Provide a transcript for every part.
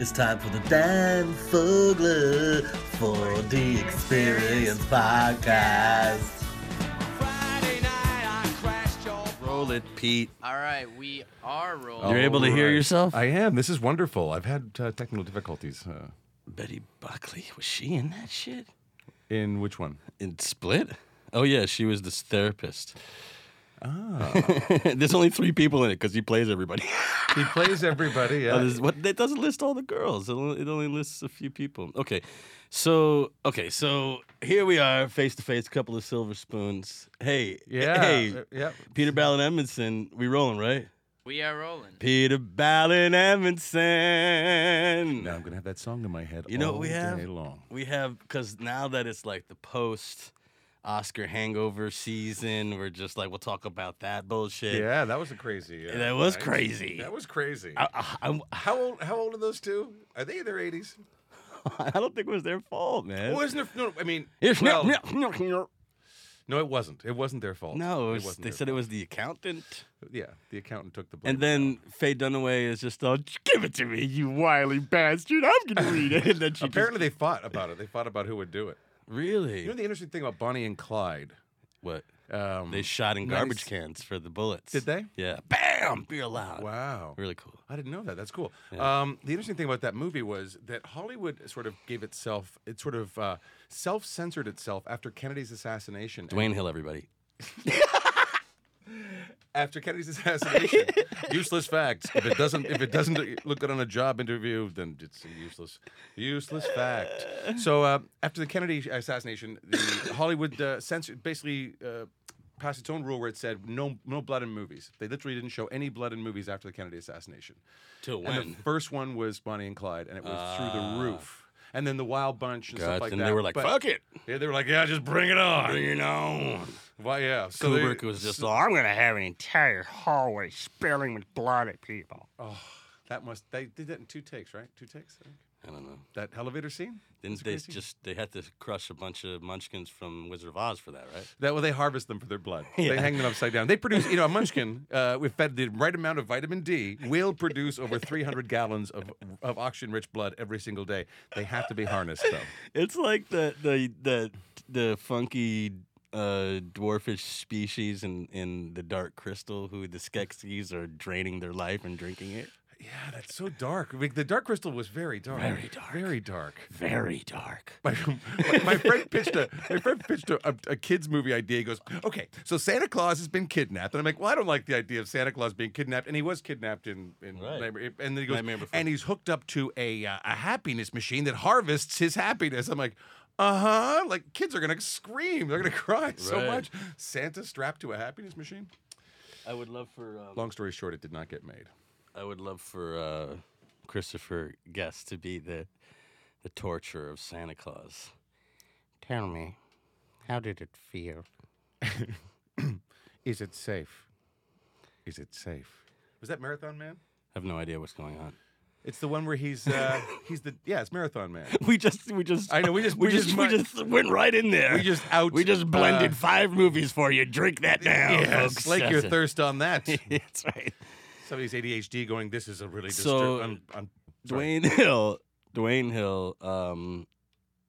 It's time for the Dan Fogler for the Experience Podcast. Friday night I crashed your Roll it, Pete. All right, we are rolling. You're able to hear Alright. yourself? I am. This is wonderful. I've had uh, technical difficulties. Uh, Betty Buckley. Was she in that shit? in which one? In Split? Oh, yeah, she was this therapist. Oh. There's only three people in it because he plays everybody. He plays everybody. Yeah. Others- what, it doesn't list all the girls. It only, it only lists a few people. Okay, so okay, so here we are, face to face, couple of silver spoons. Hey, yeah. hey, uh, yeah. Peter Ballin Edmondson, we rolling right? We are rolling. Peter Ballin Edmondson. Now I'm gonna have that song in my head. You know what all we have? day long. We have because now that it's like the post Oscar hangover season, we're just like we'll talk about that bullshit. Yeah, that was a crazy. uh, That was crazy. That was crazy. I, um, I, I'm- how old? How old are those two? Are they in their 80s? I don't think it was their fault, man. Well, isn't it? No, I mean, It's well, no, no, no, no, it wasn't. It wasn't their fault. no, it was- wasn't they their said it fault. was the accountant, Yeah, the accountant took the blame. and then Faye Dunaway is just all, "Give it to me, you wily bastard! I'm gonna read it." And then she just- apparently they fought about it. They fought about who would do it. really, You know the interesting thing about Bonnie and Clyde. what Um, they shot in garbage Nice. cans for the bullets. Did they? Yeah, bam, beer loud. wow. really cool. I didn't know that. That's cool. Um, the interesting thing about that movie was that Hollywood sort of gave itself, it sort of uh, self censored itself after Kennedy's assassination. and Dwayne Hill, everybody. after Kennedy's assassination, useless facts. If it doesn't, if it doesn't look good on a job interview, then it's a useless, useless fact. So uh, after the Kennedy assassination, the Hollywood uh, censored basically. Uh, Passed its own rule where it said no, no blood in movies. They literally didn't show any blood in movies after the Kennedy assassination. Till And the first one was Bonnie and Clyde, and it was through the roof. And then the Wild Bunch and stuff Ah. like and that. they were like, But- "Fuck it, Yeah, they were like, "Yeah, just bring it on." bring it on." Why? Yeah. So they- Kubrick was just, "Oh, I'm gonna have an entire hallway spilling with blood at people." Oh, that must. They did that in two takes, right? Two takes. I think. I don't know. That elevator scene. Didn't It's they crazy. just they had to crush a bunch of Munchkins from Wizard of Oz for that, right? That well, they harvest them for their blood. They Yeah. hang them upside down. They produce, you know, a munchkin. Uh, if fed the right amount of vitamin D, will produce over 300 gallons of, of oxygen-rich blood every single day. They have to be harnessed, though. It's like the the the the funky uh dwarfish species in in the dark crystal who the skeksis are draining their life and drinking it Yeah, that's so dark. Like, the dark crystal was very dark. Very dark. Very dark. very dark My, my, my friend pitched a my friend pitched a, a, a kids movie idea. He goes, okay, so Santa Claus has been kidnapped, and I'm like, well, I don't like the idea of Santa Claus being kidnapped, and he was kidnapped in in Right. Nightmare- and then he goes, Nightmare Before. and he's hooked up to a uh, a happiness machine that harvests his happiness. I'm like. Uh huh. Like kids are gonna scream. They're gonna cry so Right. much. Santa strapped to a happiness machine. i would love for um, Long story short, it did not get made. I would love for uh, Christopher Guest to be the the torturer of Santa Claus. Tell me, how did it feel? Is it safe? Is it safe? Was that Marathon Man? I have no idea what's going on. It's the one where he's uh he's the yeah, it's Marathon Man. We just, we just, I know, we just- we we just, just we mu- just went right in there. We just out- we just blended uh, five movies for you. Drink that down, Yeah, folks. slake your thirst on that. That's right. Somebody's ADHD going, this is a really So, disturb- I'm, I'm, sorry. Dwayne Hill, Dwayne Hill, um,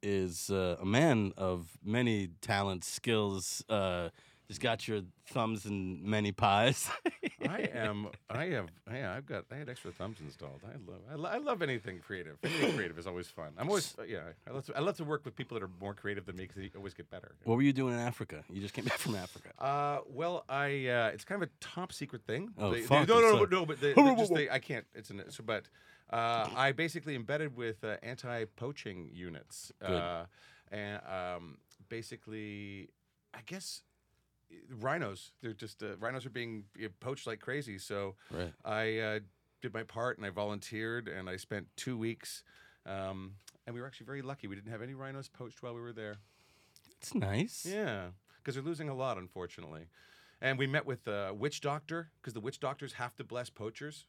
is uh, a man of many talents, skills. Uh, he's got your thumbs in many pies. I am. I have. Yeah, I've got. I had extra thumbs installed. I love. I, lo- I love anything creative. Anything creative is always fun. I'm always. Yeah. I love. To, I love to work with people that are more creative than me because they always get better. What were you doing in Africa? You just came back from Africa. Uh, well, I uh, it's kind of a top secret thing. Oh, They- they- fuck, no, I'm no, no, sorry. no, but they, they just they, I can't. It's an so, but uh, I basically embedded with uh, anti-poaching units, uh, and um, basically, I guess eh, rhinos. They're just uh, rhinos are being eh, poached like crazy. So Right. I uh, did my part and I volunteered and I spent two weeks. Um, and we were actually very lucky. We didn't have any rhinos poached while we were there. It's nice. Yeah, because they're losing a lot, unfortunately. And we met with a witch doctor because the witch doctors have to bless poachers.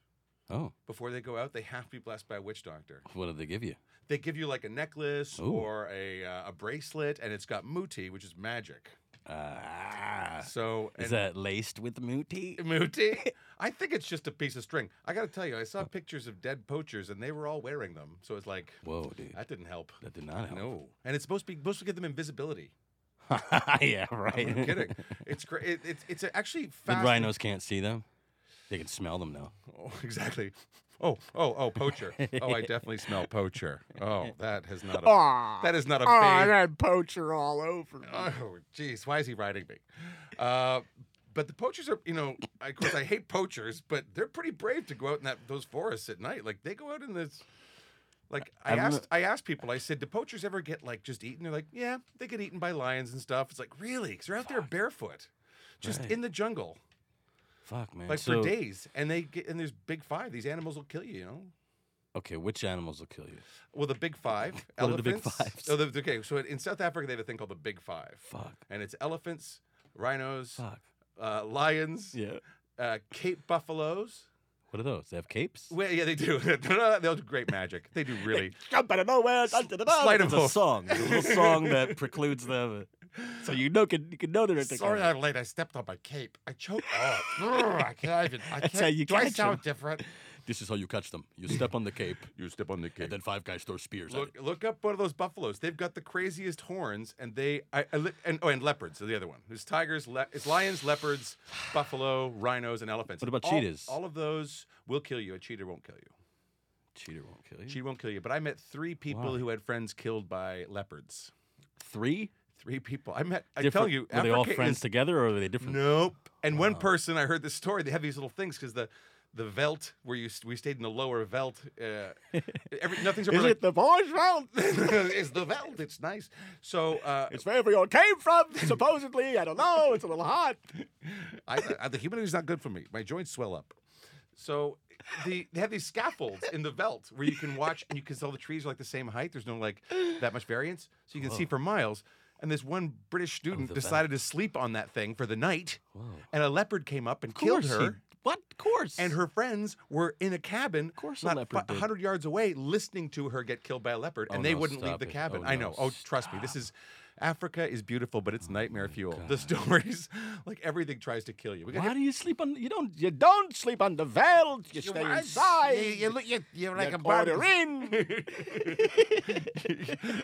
Oh, Before they go out, they have to be blessed by a witch doctor. what did they give you? They give you like a necklace Ooh. or a uh, a bracelet, and it's got muti, which is magic. Uh, Ah, So is and- that laced with muti? muti? I think it's just a piece of string. I got to tell you, I Oh. saw pictures of dead poachers, and they were all wearing them. So it's like Whoa, dude, that didn't help. that did not help. No, and it's supposed to be supposed to give them invisibility. yeah, right. I'm kidding. It's great. It, it's it's actually The fast. rhinos can't see them. They can smell them now. Oh, exactly. Oh, oh, oh, poacher. Oh, I definitely smell poacher. Oh, that has not. A, Ah, that is oh, not a. bathe- poacher all over me. Oh, jeez, why is he riding me? Uh, but the poachers are, you know, I- of course I hate poachers, but they're pretty brave to go out in that those forests at night. Like they go out in this. Like I I'm not- asked, I asked people. I said, "Do poachers ever get like just eaten?" They're like, "Yeah, they get eaten by lions and stuff." It's like really, because they're out there barefoot, just Right. in the jungle, Fuck, man. like so, for days, and they get and there's big five. These animals will kill you, you know. okay, which animals will kill you? Well, the big five, What are the elephants. big fives? Oh, the, okay, so in South Africa they have a thing called the big five, Fuck, and it's elephants, rhinos, fuck. uh, lions, Yeah. uh, Cape buffaloes. What are those? They have capes. Well, yeah, they do. They'll do great magic. They do really. Jump out of nowhere. sleight of It's a hand. song. It's a little song that precludes them. So you know, can you can know they're Sorry, I'm late. I stepped on my cape. I choked. Oh, brr, I can't even. I That's can't. how you do I catch 'em. sound different? This is how you catch them. You step on the cape, You step on the and then five guys throw spears. Look, look up one of those buffaloes. They've got the craziest horns, and they I, I li- and oh, and leopards are the other one. There's tigers, le- it's lions, leopards, buffalo, rhinos, and elephants. What about All- cheetas? All of those will kill you. A cheater won't kill you. at it. Cheater won't kill you. She won't kill you. But I met three people Why? who had friends killed by leopards. Three. Three people. I met. I tell Different- you, were they all Africa friends is- together, or were they different? Nope. And one person, I heard this story. They have these little things because the the veldt where you st- we stayed in the lower veldt. Uh, every, nothing's ever like, the boy's round? it's the veldt. It's nice. So uh, wherever you came from, supposedly. I don't know. It's a little hot. I, I, the humidity is not good for me. My joints swell up. So the, they have these scaffolds in the veldt where you can watch and you can see all the trees are like the same height. There's no like that much variance, so you can see for miles. And this one British student the decided to sleep on that thing for the night, Whoa. and a leopard came up and Of course killed her. he- what? Of course. and her friends were in a cabin, of course a not leopard did. 100 yards away, listening to her get killed by a leopard, Oh, and they no, wouldn't leave stop the it. cabin. Oh, I no, Oh, know. Oh, trust me, this is Africa is beautiful, but it's nightmare fuel. The God. stories, like everything, tries to kill you. We got Why do you sleep on? You don't. You don't sleep on the veil. You stay inside. look, you, you're You quarter in.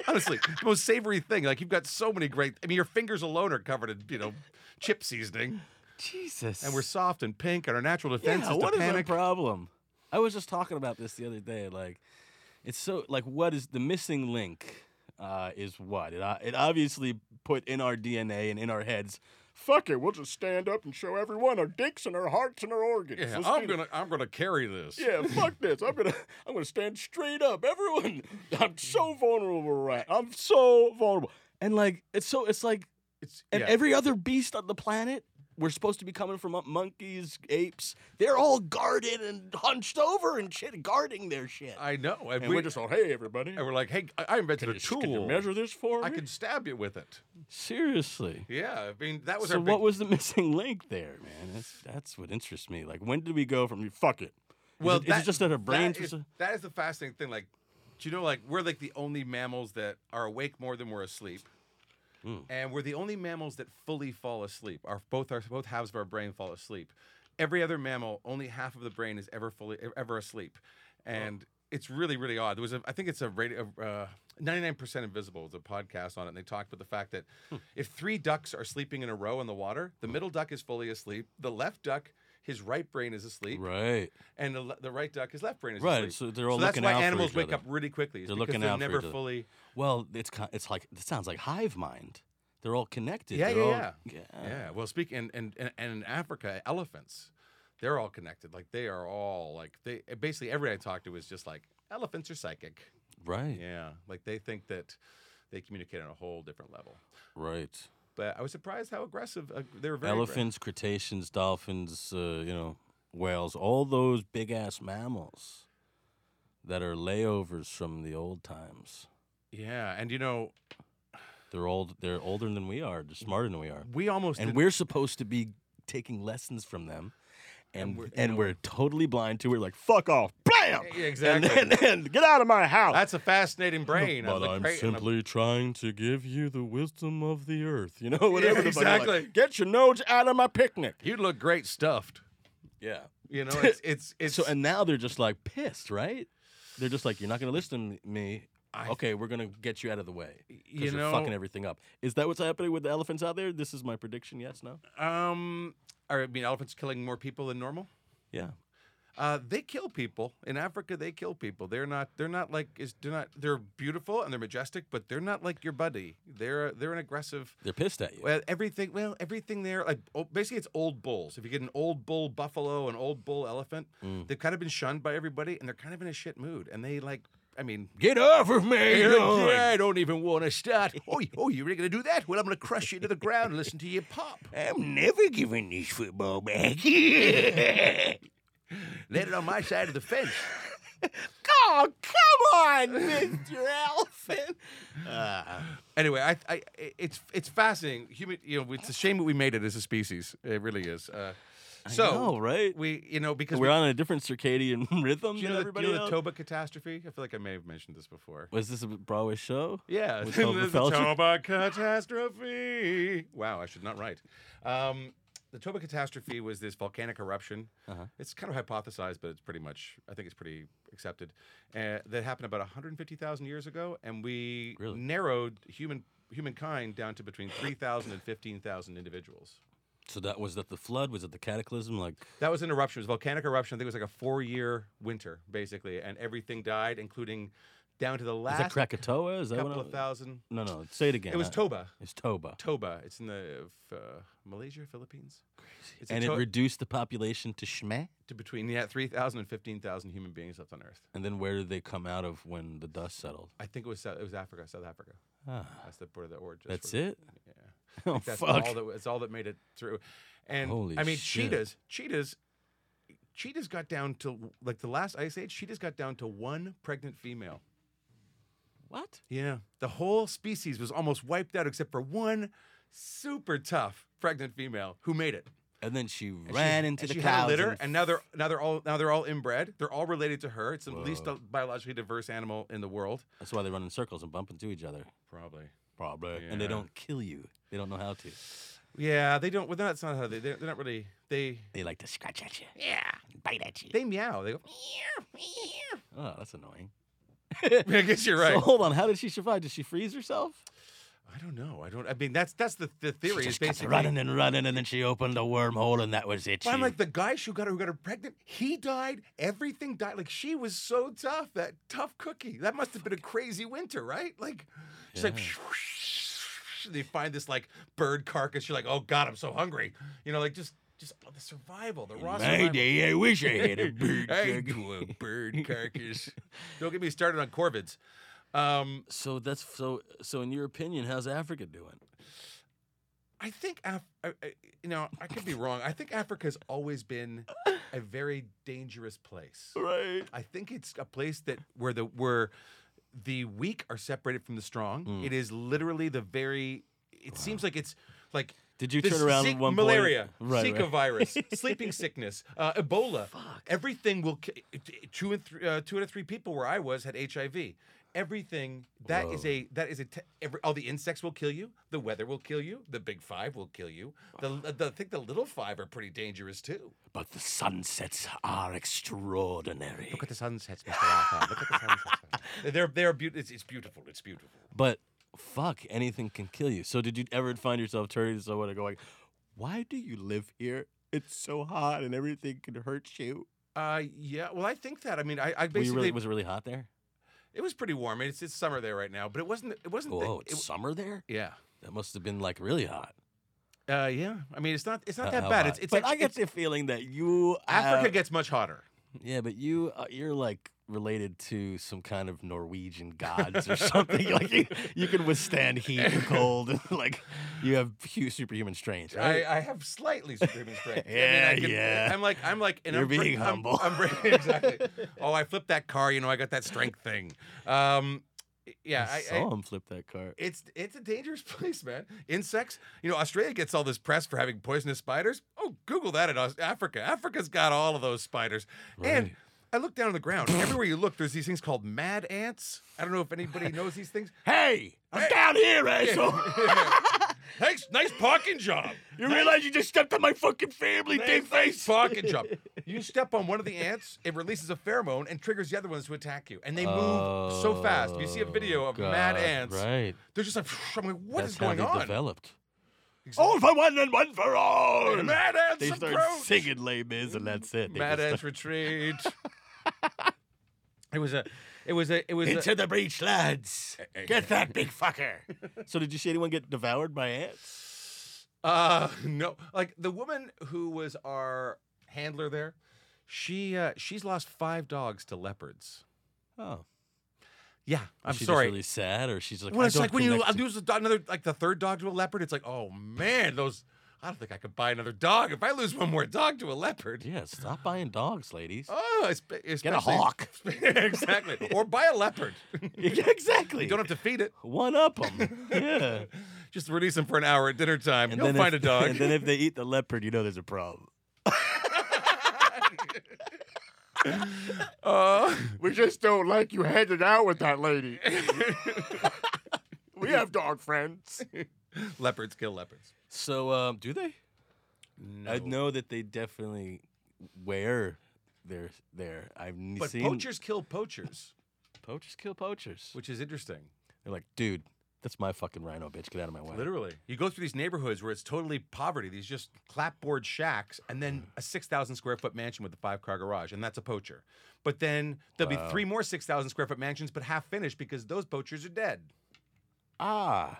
Honestly, the most savory thing. Like you've got so many great. I mean, your fingers alone are covered in you know chip seasoning, Jesus. and we're soft and pink, and our natural defense yeah. is What to is our panic. problem? I was just talking about this the other day. Like, it's so like what is the missing link? Uh, is what it, o- it obviously put in our DNA and in our heads. Fuck it, we'll just stand up and show everyone our dicks and our hearts and our organs. yeah, Let's I'm do gonna, I'm gonna carry this. Yeah, fuck this. I'm gonna I'm gonna stand straight up. Everyone, I'm so vulnerable right. I'm so vulnerable. And like it's so it's like It's, and yeah. every other beast on the planet, we're supposed to be coming from uh, monkeys, apes. They're all guarded and hunched over and shit, guarding their shit. I know. And, and we, are just all, hey everybody, And we're like, hey, I- I invented can a you, tool. can you measure this for I me? can stab you with it. Seriously. Yeah, I mean that was So our. Big, what was the missing link there, man? That's, that's what interests me. Like, when did we go from fuck it? Is well, it- is it just that our brains? That were is, so- that is the fascinating thing. Like, do you know, like we're like the only mammals that are awake more than we're asleep, and we're the only mammals that fully fall asleep. Our both our both halves of our brain fall asleep. Every other mammal, only half of the brain is ever fully e, ever asleep, and it's really really odd. There was a, I think it's a radio. Uh, 99% Invisible was a podcast on it, and they talked about the fact that if three ducks are sleeping in a row in the water, the middle duck is fully asleep, the left duck, his right brain is asleep, Right. and the, le- the right duck is left brain is Right, asleep. so they're all that's looking why out for animals each wake other. up really quickly. is They're because looking they're out for never each other. fully. Well, it's ki- it's like it sounds like hive mind. They're all connected. Yeah, They're all- yeah, yeah. Yeah. Well, speak and and and and in Africa, elephants, they're all connected. Like they are all like they eh, basically everybody I talked to was just like elephants are psychic. Right. Yeah. Like they think that they communicate on a whole different level. Right. But I was surprised how aggressive uh, they were. Very aggra- Elephants, cetaceans, dolphins, uh, you know, whales, all those big ass mammals that are layovers from the old times. Yeah, and you know They're old they're older than we are, they're smarter than we are. we almost And did- we're supposed to be taking lessons from them and we're, and we're totally blind to. it. We're like, fuck off, bam, Yeah, exactly. and, and, and get out of my house. That's a fascinating brain. but Like, I'm great, and simply trying to give you the wisdom of the earth, you know, whatever. the fuck, like, exactly. Get your nodes out of my picnic. You'd look great stuffed. Yeah. You know, it's it's, it's so and now they're just like pissed, right? They're just like, you're not gonna listen to me. I- okay, we're gonna get you out of the way. 'cause you you're know fucking everything up. Is that what's happening with the elephants out there? This is my prediction. Yes, no. um. Are, I mean, elephants killing more people than normal. Yeah. Uh, they kill people in Africa. They kill people. They're not. They're not like. Is they're not. They're beautiful and they're majestic, but they're not like your buddy. They're they're an aggressive. They're pissed at you. Well, everything. Well, everything there. Like oh, basically, it's old bulls. If you get an old bull buffalo, an old bull elephant, they've kind of been shunned by everybody, and they're kind of in a shit mood. And they like. I mean, Get off of me! Hey, look, yeah, I don't even want to start. Oh, y- oh, you're really gonna do that? Well, I'm gonna crush you to the ground. and Listen to you pop. I'm never giving this football back. Let it on my side of the fence. oh, come on, Mr. Elephant. Uh, Anyway, I, I, it's it's fascinating. Human, you know, it's a shame that we made it as a species. It really is. Uh, so know, right? we, you know, because We're we, on a different circadian rhythm do you than know, the, everybody you know else. the Toba catastrophe. I feel like I may have mentioned this before. Was this a Broadway show? Yeah, With the Toba Felcher? Toba catastrophe. Wow, I should not write. Um, the Toba catastrophe was this volcanic eruption. Uh-huh. It's kind of hypothesized, but it's pretty much, I think it's pretty accepted. Uh, that happened about 150,000 years ago, and we Really? narrowed human humankind down to between 3,000 and 15,000 individuals. So that was that the flood? Was it the cataclysm? Like That was an eruption. It was a volcanic eruption. I think it was like a four-year winter, basically, and everything died, including down to the is that last Krakatoa? Is that couple what? of it- thousand. No, no. Say it again. It was I- Toba. It's Toba, Toba. It's in the uh, Malaysia, Philippines. Crazy. It's a and it to- reduced the population to Shmeh. to between yeah, 3,000 and 15,000 human beings left on Earth. And then where did they come out of when the dust settled? I think it was Sou- it was Africa, South Africa. Ah, That's the border of the origin. that's it. Yeah. Oh That's fuck! all that it's all that made it through. And Holy I mean shit. cheetahs, cheetahs cheetahs got down to like the last ice age, cheetahs got down to one pregnant female. what? Yeah. The whole species was almost wiped out except for one super tough pregnant female who made it. And then she And she- ran into and the she had a clouds. litter, and and now they're now they're all now they're all inbred. They're all related to her. It's the least biologically diverse animal in the world. That's why they run in circles and bump into each other. Probably. Probably. And they Yeah. don't kill you. They don't know how to. Yeah, they don't. Well, that's not how they. They're, they're not really. They They like to scratch at you. Yeah. Bite at you. they meow. They go. Oh, that's annoying. I guess you're right. So hold on. How did she survive? Did she freeze herself? I don't know. I don't. I mean, that's that's the the She theory is just kept basically. running and running, and then she opened a wormhole, and that was it. But I'm She- like the guy who got her, who got her pregnant. He died. Everything died. Like she was so tough. That tough cookie. That must have been a crazy winter, right? Like she's like. and They find this like bird carcass. You're like, oh god, I'm so hungry. You know, like just just the survival, the raw my survival. day, I wish I had a bird. I cock. do a bird carcass. Don't get me started on corvids. Um, So that's so. So in your opinion, how's Africa doing? I think Af- I, I, you know I could be wrong. I think Africa's always been a very dangerous place. Right. I think it's a place that where the where the weak are separated from the strong. Hmm. It is literally the very. It seems like it's like. Did you this turn around Zika- at one point- malaria, Right, Zika right. virus, sleeping sickness, uh, Ebola. Everything will. ki- Two and three, uh, two out of three people where I was had HIV. Everything that is Whoa. a that is a te- every, all the insects will kill you. The weather will kill you. The big five will kill you. The, the I think the little five are pretty dangerous too. But the sunsets are extraordinary. Look at the sunsets, Mr. Arthur. Look at the sunsets. they're they're beautiful. It's, it's beautiful. It's beautiful. But fuck, anything can kill you. So did you ever find yourself turning to someone and going, "Why do you live here? It's so hot, and everything can hurt you." Uh, yeah. Well, I think that. I mean, I, I Were you basically really, was it really hot there? it was pretty warm. It's it's summer there right now, but it wasn't. It wasn't. Whoa, the- it Oh, it's w- summer there. yeah. That must have been like really hot. Uh, yeah. I mean, it's not. It's not Uh, How- that how bad. hot? It's it's. but act- I get it's- the feeling that you Africa uh, gets much hotter. Yeah, but you uh, you're like related to some kind of Norwegian gods or something. like you, you can withstand heat and cold, and like you have hu- superhuman strength. Right? I, I have slightly supreme strength. I Yeah, mean, I can, yeah. I'm like I'm like. And You're I'm bra- being I'm- humble. I'm, bra- exactly. Oh, I flipped that car. You know, I got that strength thing. Um, yeah, I I, I, saw him flip that cart. it's it's a dangerous place, man. Insects. You know, Australia gets all this press for having poisonous spiders. Oh, Google that in Aus- Africa. Africa's got all of those spiders. And Right. I look down on the ground. Everywhere you look, there's these things called mad ants. I don't know if anybody knows these things. Hey, I'm Hey. down here, asshole. Thanks, nice parking job. you realize you just stepped on my fucking family, dick face. Parking job. You step on one of the ants, it releases a pheromone and triggers the other ones to attack you. And they move so fast. If you see a video of mad Oh, God, ants, Right. they're just like, I'm like, what That's is how going they on? Oh, Developed. Exactly. All for one and one for all. Mad ants They start approach. singing Les Mis, and that's it. They Mad just ants retreat. it was a, it was a, it was start, a, the breach, lads. Get that big fucker. so did you see anyone get devoured by ants? uh, no, like the woman who was our handler there, she, uh, she's lost five dogs to leopards. Oh, Yeah, I'm she's sorry. Just really sad, or she's like, Well, I it's don't like when you connect uh, to- lose a dog, another like the third dog to a leopard, it's like, oh man, those. I don't think I could buy another dog if I lose one more dog to a leopard. Yeah, stop buying dogs, ladies. Oh, it's, it's Get a hawk. exactly, or buy a leopard. exactly. you don't have to feed it. one up them. Yeah. Just release them for an hour at dinner time. You'll then find if, a dog. And then if they eat the leopard, you know there's a problem. Uh, We just don't like you hanging out with that lady. we have dog friends. leopards kill leopards. So, um, do they? No. I know that they definitely wear their their. I've n- But seen poachers kill poachers, poachers kill poachers. which is interesting. They're like, dude, that's my fucking rhino, bitch. Get out of my way. Literally, you go through these neighborhoods where it's totally poverty. These just clapboard shacks, and then a six thousand square foot mansion with a five car garage, and that's a poacher. But then there'll Wow. be three more six thousand square foot mansions, but half finished because those poachers are dead. Ah,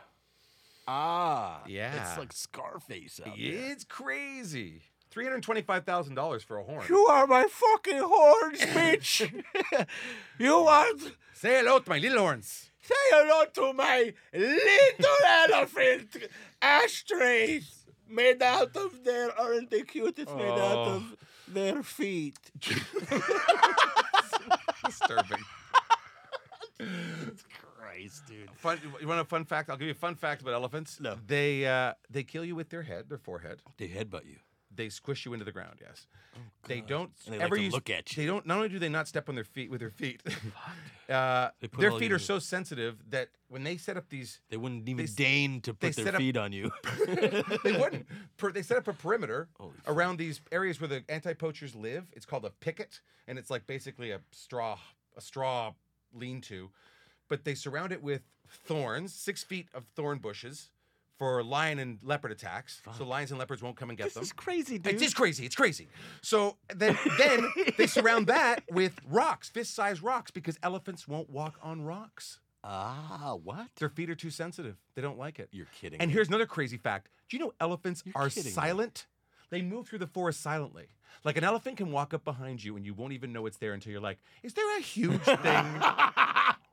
ah. Yeah. It's like Scarface out there. It's crazy. Three hundred twenty-five thousand dollars for a horn. are my fucking horns, bitch. you are. Say hello to my little horns. Say hello to my little elephant ashtrays made out of their, aren't they cute? It's made out Oh. of their feet. Disturbing. Christ, dude. Fun, you want a fun fact? I'll give you a fun fact about elephants. No. They uh, they kill you with their head, their forehead. They headbutt you. They squish you into the ground. Yes. they don't Oh, And they like ever to use- look at you. They don't. Not only do they not step on their feet with their feet, uh, They put their all feet your- are so sensitive that when they set up these, They wouldn't even s- deign to they put their set up- feet on you. they wouldn't. Per, they set up a perimeter Holy fuck. around these areas where the anti-poachers live. It's called a picket, and it's like basically a straw, a straw lean-to, but they surround it with thorns, six feet of thorn bushes. For lion and leopard attacks, so lions and leopards won't come and get them. This is crazy, dude. It's just crazy. It's crazy. So then, then they surround that with rocks, fist-sized rocks, because elephants won't walk on rocks. ah, what? Their feet are too sensitive. They don't like it. You're kidding. And me. here's another crazy fact. Do you know elephants You're are kidding me. silent? They move through the forest silently. Like an elephant can walk up behind you and you won't even know it's there until you're like, "Is there a huge thing?"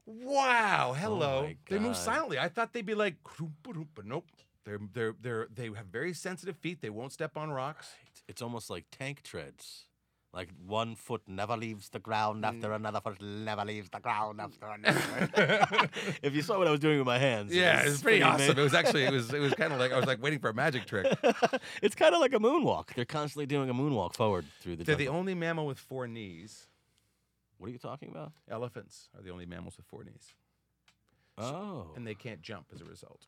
wow, hello. Oh my they God. move silently. I thought they'd be like, "Kroom, ba-doom," but nope. They're they're they're they have very sensitive feet. They won't step on rocks. It's almost like tank treads. Like one foot never leaves the ground Mm. after another foot never leaves the ground after another. if you saw what I was doing with my hands, it eh? Yeah, was it's pretty ama- awesome. It was actually it was it was kind of like I was like waiting for a magic trick. it's kind of like a moonwalk. They're constantly doing a moonwalk forward through the. They're the jungle. only mammal with four knees. what are you talking about? Elephants are the only mammals with four knees, Oh, and they can't jump as a result.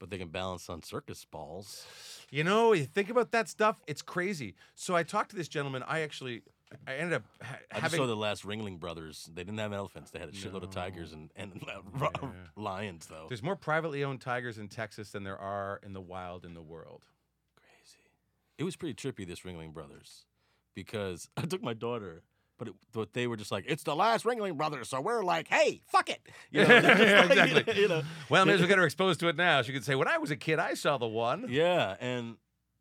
but they can balance on circus balls. You know, you think about that stuff, it's crazy. So I talked to this gentleman. I actually I ended up ha- I just saw having the last Ringling Brothers. They didn't have elephants. They had a shitload of tigers and and ro- Yeah. lions, though. there's more privately owned tigers in Texas than there are in the wild in the world. Crazy. It was pretty trippy this Ringling Brothers, because I took my daughter, but it, but they were just like, it's the last Ringling Brothers, so we're like, hey, fuck it. You know, just Yeah, like, you know- exactly. You know, Well, maybe we get her exposed to it now. She could say, "When I was a kid, I saw the one." yeah, and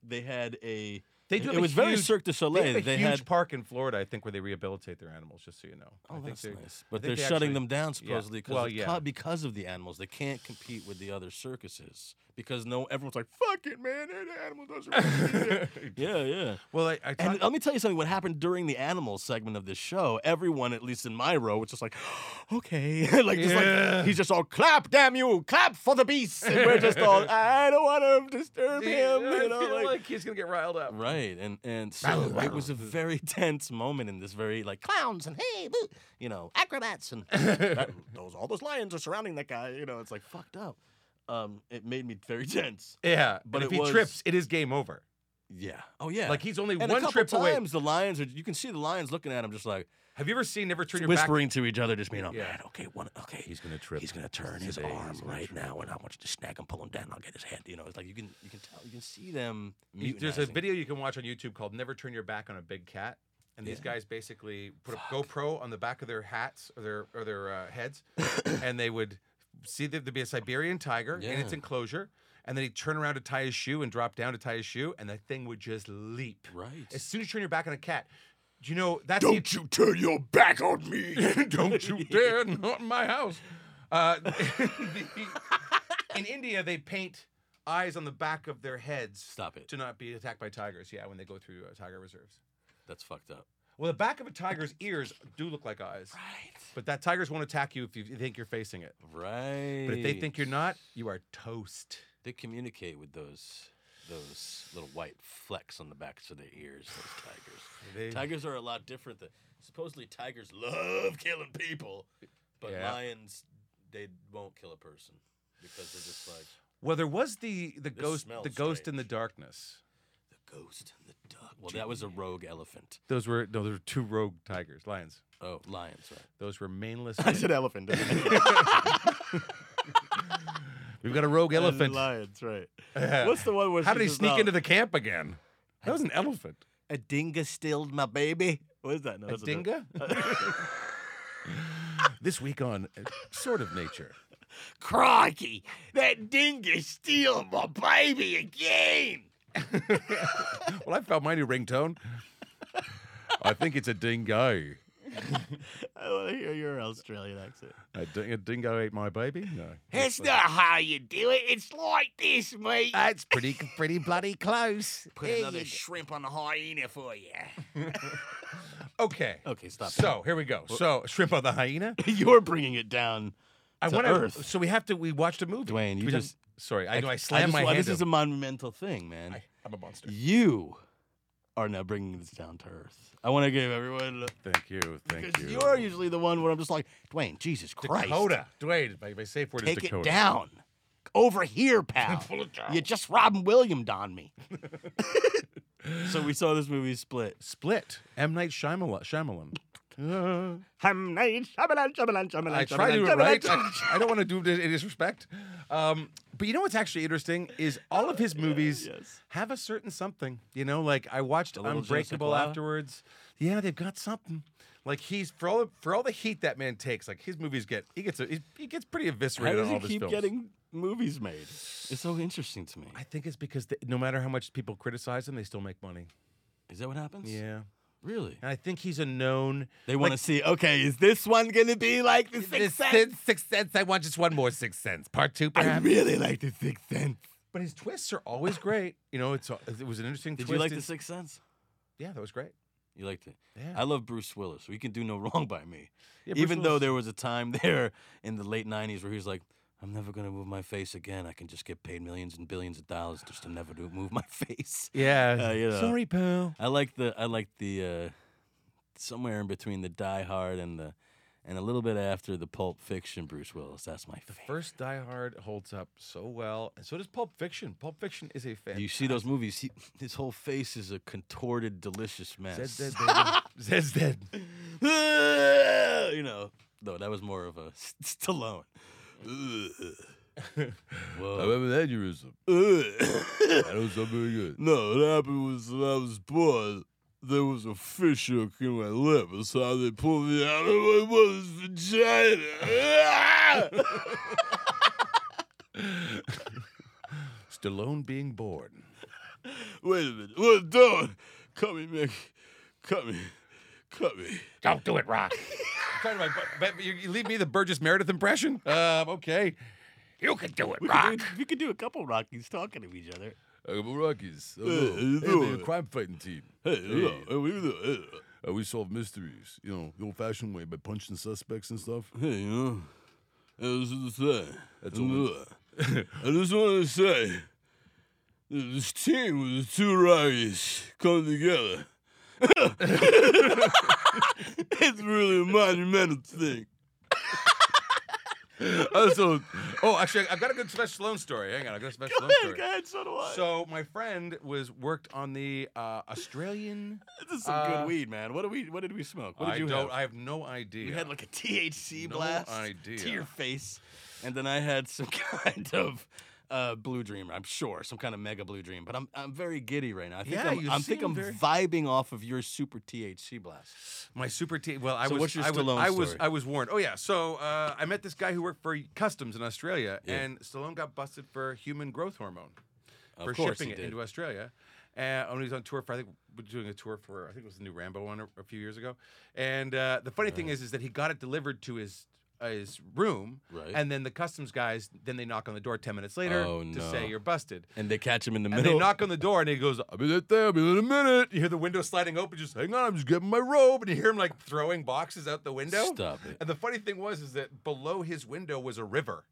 they had a. They do. it have a was very huge- Cirque du They Soleil. have a They, huge had. park in Florida, I think, where they rehabilitate their animals. Just so you know. I Oh, think that's they're- nice. But think they're they shutting actually- them down supposedly because Well, of, yeah. co- because of the animals. They can't compete with the other circuses. because no everyone's like, "Fuck it, man, that animal doesn't." Really need it." yeah, yeah. well, I, I And talked- let me tell you something. What happened during the animal segment of this show? Everyone, at least in my row, was just like, "Okay," like just Yeah. like he's just all clap, damn you, clap for the beast, and we're just all, "I don't want to disturb him," I you know, feel like, like he's gonna get riled up. right. And and so it was a very tense moment in this very like clowns and hey, boo, you know, acrobats and that, those all those lions are surrounding that guy. You know, it's like fucked up. Um, it made me very tense. Yeah, But but if it he was- trips, it is game over. Yeah. Oh yeah. Like he's only and a one couple trip away. times the lions are. You can see the lions looking at him, just like. Have you ever seen Never Turn Your Back? whispering to each other, just being, oh Yeah. man, okay, one, okay, he's, He's gonna trip. gonna turn his Today he's arm gonna right trip. now, and I want you to snag him, pull him down, and I'll get his head. You know, it's like you can, you can tell, you can see them. You- There's a mutinizing. video you can watch on YouTube called "Never Turn Your Back on a Big Cat," and these guys basically put a GoPro on the back of their hats or their or their uh, heads, and they would see that there'd be a Siberian tiger in its Yeah. enclosure, and then he'd turn around to tie his shoe and drop down to tie his shoe, and the thing would just leap. Right. As soon as you turn your back on a cat, do you know that's the- Don't you turn your back on me. Don't you dare, not in my house. Uh, the- in India, they paint eyes on the back of their heads Stop it. to not be attacked by tigers. Yeah, when they go through uh, tiger reserves. That's fucked up. Well, the back of a tiger's ears do look like eyes, Right. but that tigers won't attack you if you think you're facing it. Right. But if they think you're not, you are toast. they communicate with those, those little white flecks on the backs of their ears. Those tigers. They- Tigers are a lot different. Than, supposedly, tigers love killing people, but Yeah. lions, they won't kill a person because they're just like. Well, there was the the ghost, smells the ghost in strange. the darkness. The ghost and the dog. Well, that was a rogue elephant. Those were no, there were two rogue tigers, lions. Oh, lions, right? Those were maneless. I said elephant. didn't I? We've got a rogue elephant. Lions, right. How What's the uh, one where did he sneak into the camp again? That was an elephant. A dinga stilled my baby. What is that? No, A that's a dog. dinga? this week on uh, Sort of Nature. Crikey! That dinga stilled my baby again. Well, I found my new ringtone. I think it's a dingo. I want to hear your Australian accent. A, ding- a dingo ate my baby? No. That's not how you do it. It's like this, mate. That's pretty pretty bloody close. Put another shrimp on the hyena for you. Okay. Okay, stop. So here we go. So shrimp on the hyena. You're bringing it down. I To want Earth. So we have to. We watched a movie. Dwayne, you We done- just- Sorry, I know I slammed just my want- hand. This is a monumental thing, man. I'm a monster. you are now bringing this down to earth. I want to give everyone. A- Thank you. Thank Because you. you're usually the one where I'm just like, Dwayne, Jesus Christ. Dakota. Dwayne, my, my safe word Take is Dakota. it down. Over here, pal. you just Robin Williams on me. so we saw this movie split. Split. M Night Shyamalan. Shyamalan. Ham night, shabalan, shabalan, shabalan, I try to do shabalan, it right. shabalan. I, I don't want to do it in disrespect. Um, but you know what's actually interesting is all of his movies yes. have a certain something. You know, like I watched little Joseph Unbreakable Law? afterwards. Yeah, they've got something. Like he's for all for all the heat that man takes. Like his movies get he gets he, he gets pretty How eviscerated does on all he of his keep films. getting movies made? It's so interesting to me. I think it's because they, no matter how much people criticize him, they still make money. Is that what happens? Yeah, Really? and I think he's a known. They want to see, okay, is this one going to be like the Sixth Sense? Sixth Sense. I want just one more Sixth Sense, part two, I really like the Sixth Sense. But his twists are always great. You know, it's it was an interesting. Did twist you like in- the Sixth Sense? Yeah, that was great. You liked it. Yeah. I love Bruce Willis. We can do no wrong by me. Yeah, Bruce Even though Willis- there was a time there in the late 90s where he was like, I'm never going to move my face again. I can just get paid millions and billions of dollars just to never do move my face. Yeah. Uh, you know. Sorry, pal. I like the I like the uh, somewhere in between the Die Hard and the and a little bit after the Pulp Fiction Bruce Willis. That's my favorite. First Die Hard holds up so well, and so does Pulp Fiction. Pulp Fiction is a fan. you see those movies? He, his whole face is a contorted, delicious mess. Zed's dead. Zed's dead. you know, no, that was more of a S- Stallone. Whoa. aneurysm. That was something good. No, what happened was when I was born, there was a fish hook in my lip. That's how they pulled me out of my mother's vagina. Stallone being born. Wait a minute. What don't cut me, Mick. Cut me. Cut me. Don't do it, Rock. I'm trying to, but, but you, you leave me the Burgess Meredith impression. Um, okay. You can do it, We Rock. could, do, we could do a couple Rockies talking to each other. Uh, Rockies. Hey, how you doing? crime fighting team. Hey, hello. Hey, what you doing? Uh, we solve mysteries, you know, the old fashioned way by punching suspects and stuff. Hey, hey, you know, hey, this is the thing. That's And all. look, I just want to say that this team with the two Rockies come together. it's really a monumental thing. also, oh, actually, I've got a good Sylvester Stallone story. Hang on, I got a Sylvester Stallone story. ahead, so do I. So my friend was worked on the uh, Australian. this is some uh, good weed, man. What did we? What did we smoke? What did I you don't. have? I have no idea. We had like a THC No blast to idea. your face, and then I had some kind of uh, blue dream. I'm sure some kind of mega blue dream. But I'm I'm very giddy right now. I think Yeah, I'm, you I'm think seem I'm very- vibing off of your super THC blast. my super team. Well, I So was. what's your I, was Stallone I was. story? I was warned. Oh yeah. So uh, I met this guy who worked for customs in Australia, and Stallone got busted for human growth hormone Of for course shipping he it did. into Australia. And when he was on tour for, I think we're doing a tour for, I think it was the new Rambo one a, a few years ago. And uh, the funny Uh-huh. thing is, is that he got it delivered to his uh, his room, Right. and then the customs guys, then they knock on the door ten minutes later Oh, to no. say you're busted. and they catch him in the And middle. they knock on the door, and he goes, "I'll be right there. I'll be there in a minute." You hear the window sliding open. Just hang on, I'm just getting my robe. And you hear him like throwing boxes out the window. Stop it. And the funny thing was, is that below his window was a river.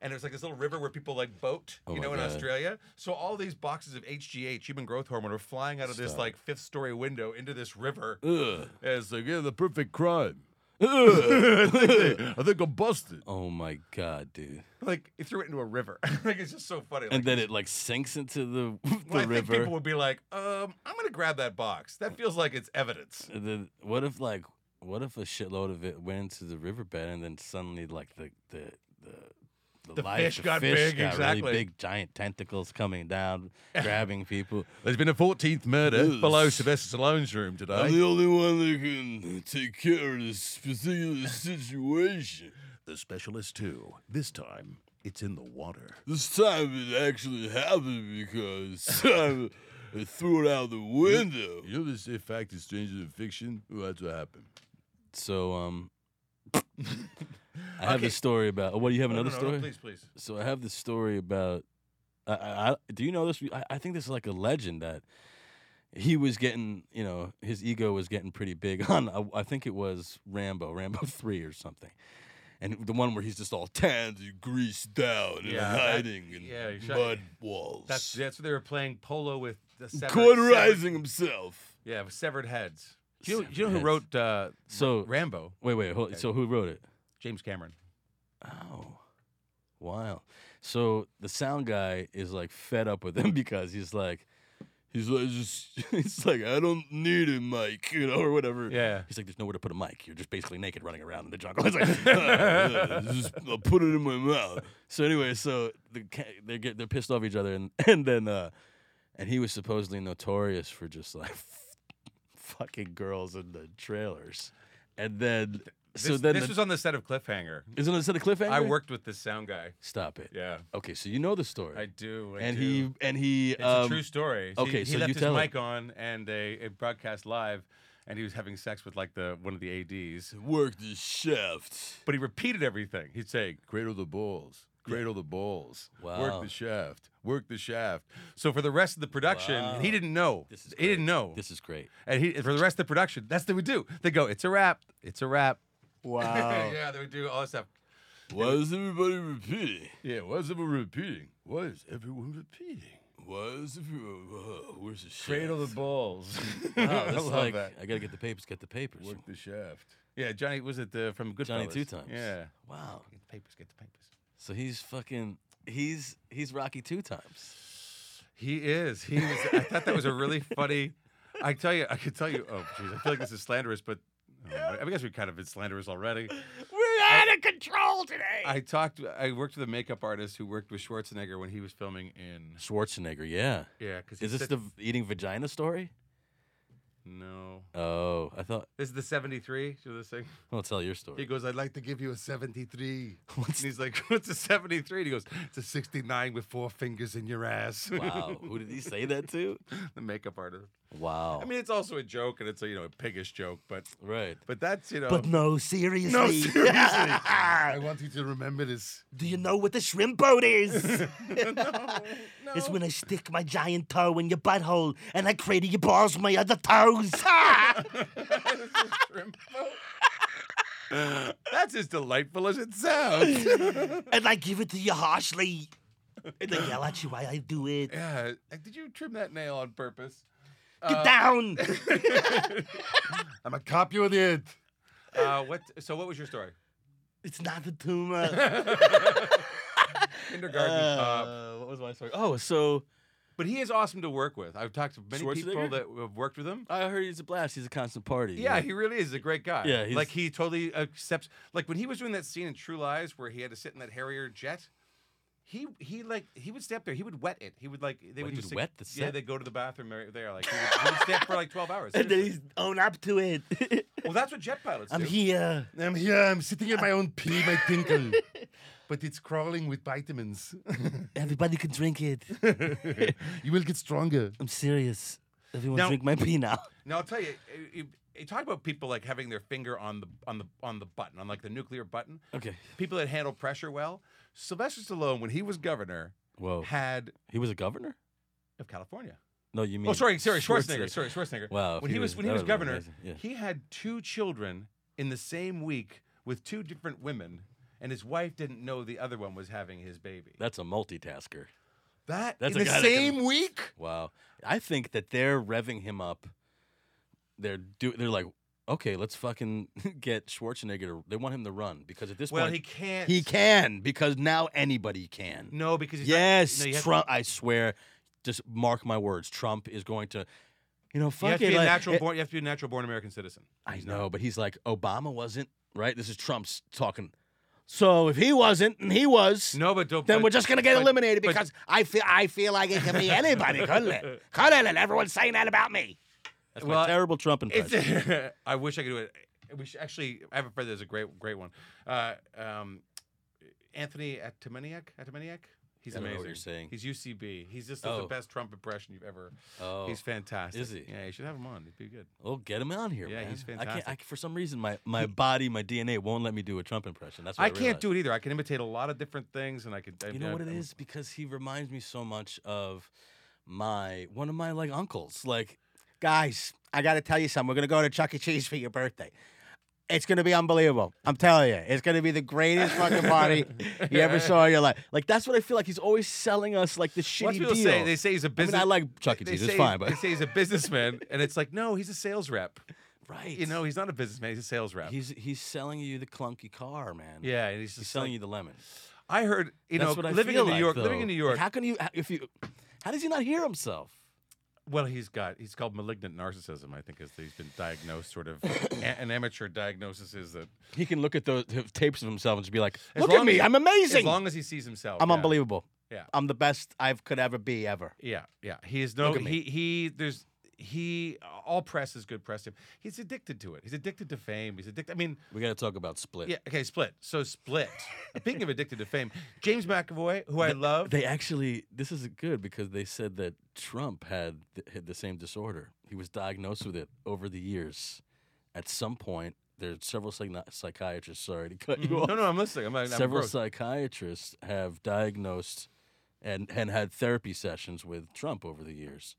And it was like this little river where people like boat, Oh you my know, in God. Australia. So all these boxes of HGH, human growth hormone, are flying out of this Stop. like fifth story window into this river. Ugh. And it's like, yeah, the perfect crime. I think, Ugh. they- I think I'm busted. oh my god, dude! Like, he threw it into a river. like, it's just so funny. Like, and then it like sinks into the the well, I river. think people would be like, um, I'm going to grab that box. That feels like it's evidence. And then what if like what if a shitload of it went into the riverbed and then suddenly like the the the, The life- fish got big, got exactly. really big giant tentacles coming down, grabbing people. There's been a 14th murder below Sylvester Stallone's room I'm today. the only one that can take care of this particular situation. The specialist, too. This time, it's in the water. This time it actually happened because I, I threw it out the window. You know this fact is stranger than fiction? Well, that's what happened. So um I have Okay. this story about oh, what do you have No, another no, no, no, story? please, please. So I have this story about. I, I, I do you know this? I, I think this is like a legend that he was getting. You know, his ego was getting pretty big on. I, I think it was Rambo, Rambo three or something, and the one where he's just all tanned and greased down and Yeah, that- hiding in yeah, you shot- mud walls. That's that's what they were playing polo with the severed, Cordurizing severed- himself. yeah, with severed heads. Do you, Severed do you know who heads. wrote uh, So Rambo? wait, wait, hold, so who wrote it? James Cameron. Oh, wow. So the sound guy is like fed up with him because he's like, He's like, just, he's like, I don't need it, Mike, you know, or whatever. Yeah. he's like, there's nowhere to put a mic. You're just basically naked running around in the jungle. It's like, "Uh, Yeah, just, I'll put it in my mouth. So anyway, so the, ca- they get they're pissed off each other, and and then uh, and he was supposedly notorious for just like fucking girls in the trailers, and then This, so then this the, was on the set of Cliffhanger. isn't it a cliffhanger? I worked with this sound guy. Stop it. Yeah, Okay, so you know the story, I do. I and do. he and he It's um, a true story. He- okay, he, so left you his tell it. mic on and they it broadcast live, and he was having sex with like the one of the ads. Work the shaft. But he repeated everything. He'd say, "Cradle the balls, cradle the balls, Wow. work the shaft, work the shaft." So for the rest of the production, he didn't know. This is he didn't great. know. This is great. and he for the rest of the production, that's what they would do. They go, "It's a wrap. It's a Uh, wrap." Wow. yeah, they would do all that stuff. Why is everybody repeating? Yeah, why is everyone repeating? Why is everyone repeating? Why is everyone, uh, where's the shaft? Cradle the balls. Wow, I this is love like that. I gotta get the papers. Get the papers. Work the shaft. Yeah, Johnny was it the, from Goodfellas? Johnny two times. Yeah. Wow. Get the papers. Get the papers. So he's fucking he's he's Rocky two times. He is. He is. I thought that was a really funny. I tell you, I could tell you. Oh, geez, I feel like this is slanderous, but oh, I guess we've kind of been slanderous already. We're out of control today. I talked. I worked with a makeup artist who worked with Schwarzenegger when he was filming in. Schwarzenegger. Yeah. Yeah, because Is this the v- eating vagina story? No. Oh, I thought. This is the 73 to this thing. Well, tell your He story. goes, I'd like to give you a 73. and he's like, What's a 73? And he goes, It's a 69 with four fingers in your ass. Wow. Who did he say that to? the makeup artist. Wow. I mean, it's also a joke and it's a, you know, a piggish joke, but right. but that's, you know. no, seriously. no, seriously. I want you to remember this. Do you know what the shrimp boat is? It's No. when I stick my giant toe in your butthole and I cradle your balls with my other toes. shrimp boat. That's as delightful as it sounds. and I give it to you harshly. And I yell at you while I do it. yeah. uh, Did you trim that nail on purpose? Uh, Get down! I'm a cop, you idiot. Uh, what? So, what was your story? it's not a tumor. Kindergarten. Uh, what was my story? Oh, so but he is awesome to work with. I've talked to many people Schwarzenegger? that have worked with him. I heard he's a blast. He's a constant party. Yeah, he really is a great guy. Yeah, he's- like he totally accepts. Like when he was doing that scene in True Lies where he had to sit in that Harrier jet, he he like he would stay up there. He would wet it. He would like they What, would he just would wet the Yeah, set? they go to the bathroom right there. Like he would, he would stay up for like twelve hours. and then seriously. he's own up to it. well, that's what jet pilots I'm do. here. I'm here. I'm sitting in my own pee, my tinkle, but it's crawling with vitamins. Everybody can drink it. you will get stronger. I'm serious. Everyone Now- drink my pee now. Now I'll tell you, you- you, you talk about people like having their finger on the on the on the button, on like the nuclear button. Okay. People that handle pressure well. Sylvester Stallone, when he was governor, Whoa. had He was a governor? of California. No, you mean. Oh, sorry, sorry, Schwarzenegger. Sorry, Schwarzenegger. Wow, if When he he was- was when he that was would've been governor, amazing, yeah. he had two children in the same week with two different women, and his wife didn't know the other one was having his baby. That's a multitasker. That That's in a the guy that same can- week. Wow. I think that they're revving him up. They're do they're like, okay, let's fucking get Schwarzenegger to they want him to run because at this Well, he point can't. he can because now anybody can. No, because he's not- yes, no, you have to- Trump I swear, just mark my words, Trump is going to you know, You fuck have to it, be a like, natural it- born. You have to be a natural born American citizen. I He's not. know, but he's like Obama wasn't, right? This is Trump's talking. So if he wasn't and he was, No, but don't. then but- we're just gonna get but- eliminated but- because I feel I feel like it can be anybody, couldn't it? Couldn't it? Everyone's saying that about me. That's Well, my terrible Trump It's. impression. I wish I could do it. We should actually. I have a friend that's a great, great one. Uh, um, Anthony Atamaniak. Atamaniak. He's I don't know amazing. what you're saying. He's UCB. He's just does the Oh. best Trump impression you've ever. oh, He's fantastic. is he? Yeah, you should have him on. He'd be good. well, get him on here, Yeah, man. he's I can't, I, fantastic. for some reason, my, my body, my DNA won't let me do a Trump impression. That's what I, I can't do it either. I can imitate a lot of different things, and I could. I, You know what it I'm- is? Because he reminds me so much of my one of my like uncles. Like, guys, I gotta tell you something. We're gonna go to Chuck E. Cheese for your birthday. It's gonna be unbelievable. I'm telling you, it's gonna be the greatest fucking party you ever saw in your life. Like that's what I feel like. He's always selling us like the shitty Lots of people deal. say they say he's I a mean, business. I like Chuck E. they Cheese. say It's fine, they but say he's a businessman, and it's like, no, he's a sales rep. right, You know, he's not a businessman; he's a sales rep. he's he's selling you the clunky car, man. yeah, and he's he's just selling like- you the lemon. I heard, you That's know, what I living in feel New like, York, living though. in New Like, York. how can you how- if you how does he not hear himself? Well, he's got he's called malignant narcissism. I think is he's been diagnosed sort of a- an amateur diagnosis is that He can look at those h- tapes of himself and just be like, As "Look at long me, as- I'm as amazing. long as he sees himself, I'm yeah. unbelievable. Yeah. I'm the best I could ever be ever." Yeah, yeah. He is no Look at me. he he there's he all press is good press to him. He's addicted to it. He's addicted to fame. He's addicted. I mean, We got to talk about Split. yeah. Okay, split. So split. Speaking of addicted to fame, James McAvoy, who I love. They actually, this is good because they said that Trump had th- had the same disorder. He was diagnosed with it over the years. At some point, there are several psych- psychiatrists. Sorry to cut you Mm-hmm. no, off. no, I'm listening. I'm, not- I'm several gross. psychiatrists have diagnosed and, and had therapy sessions with Trump over the years.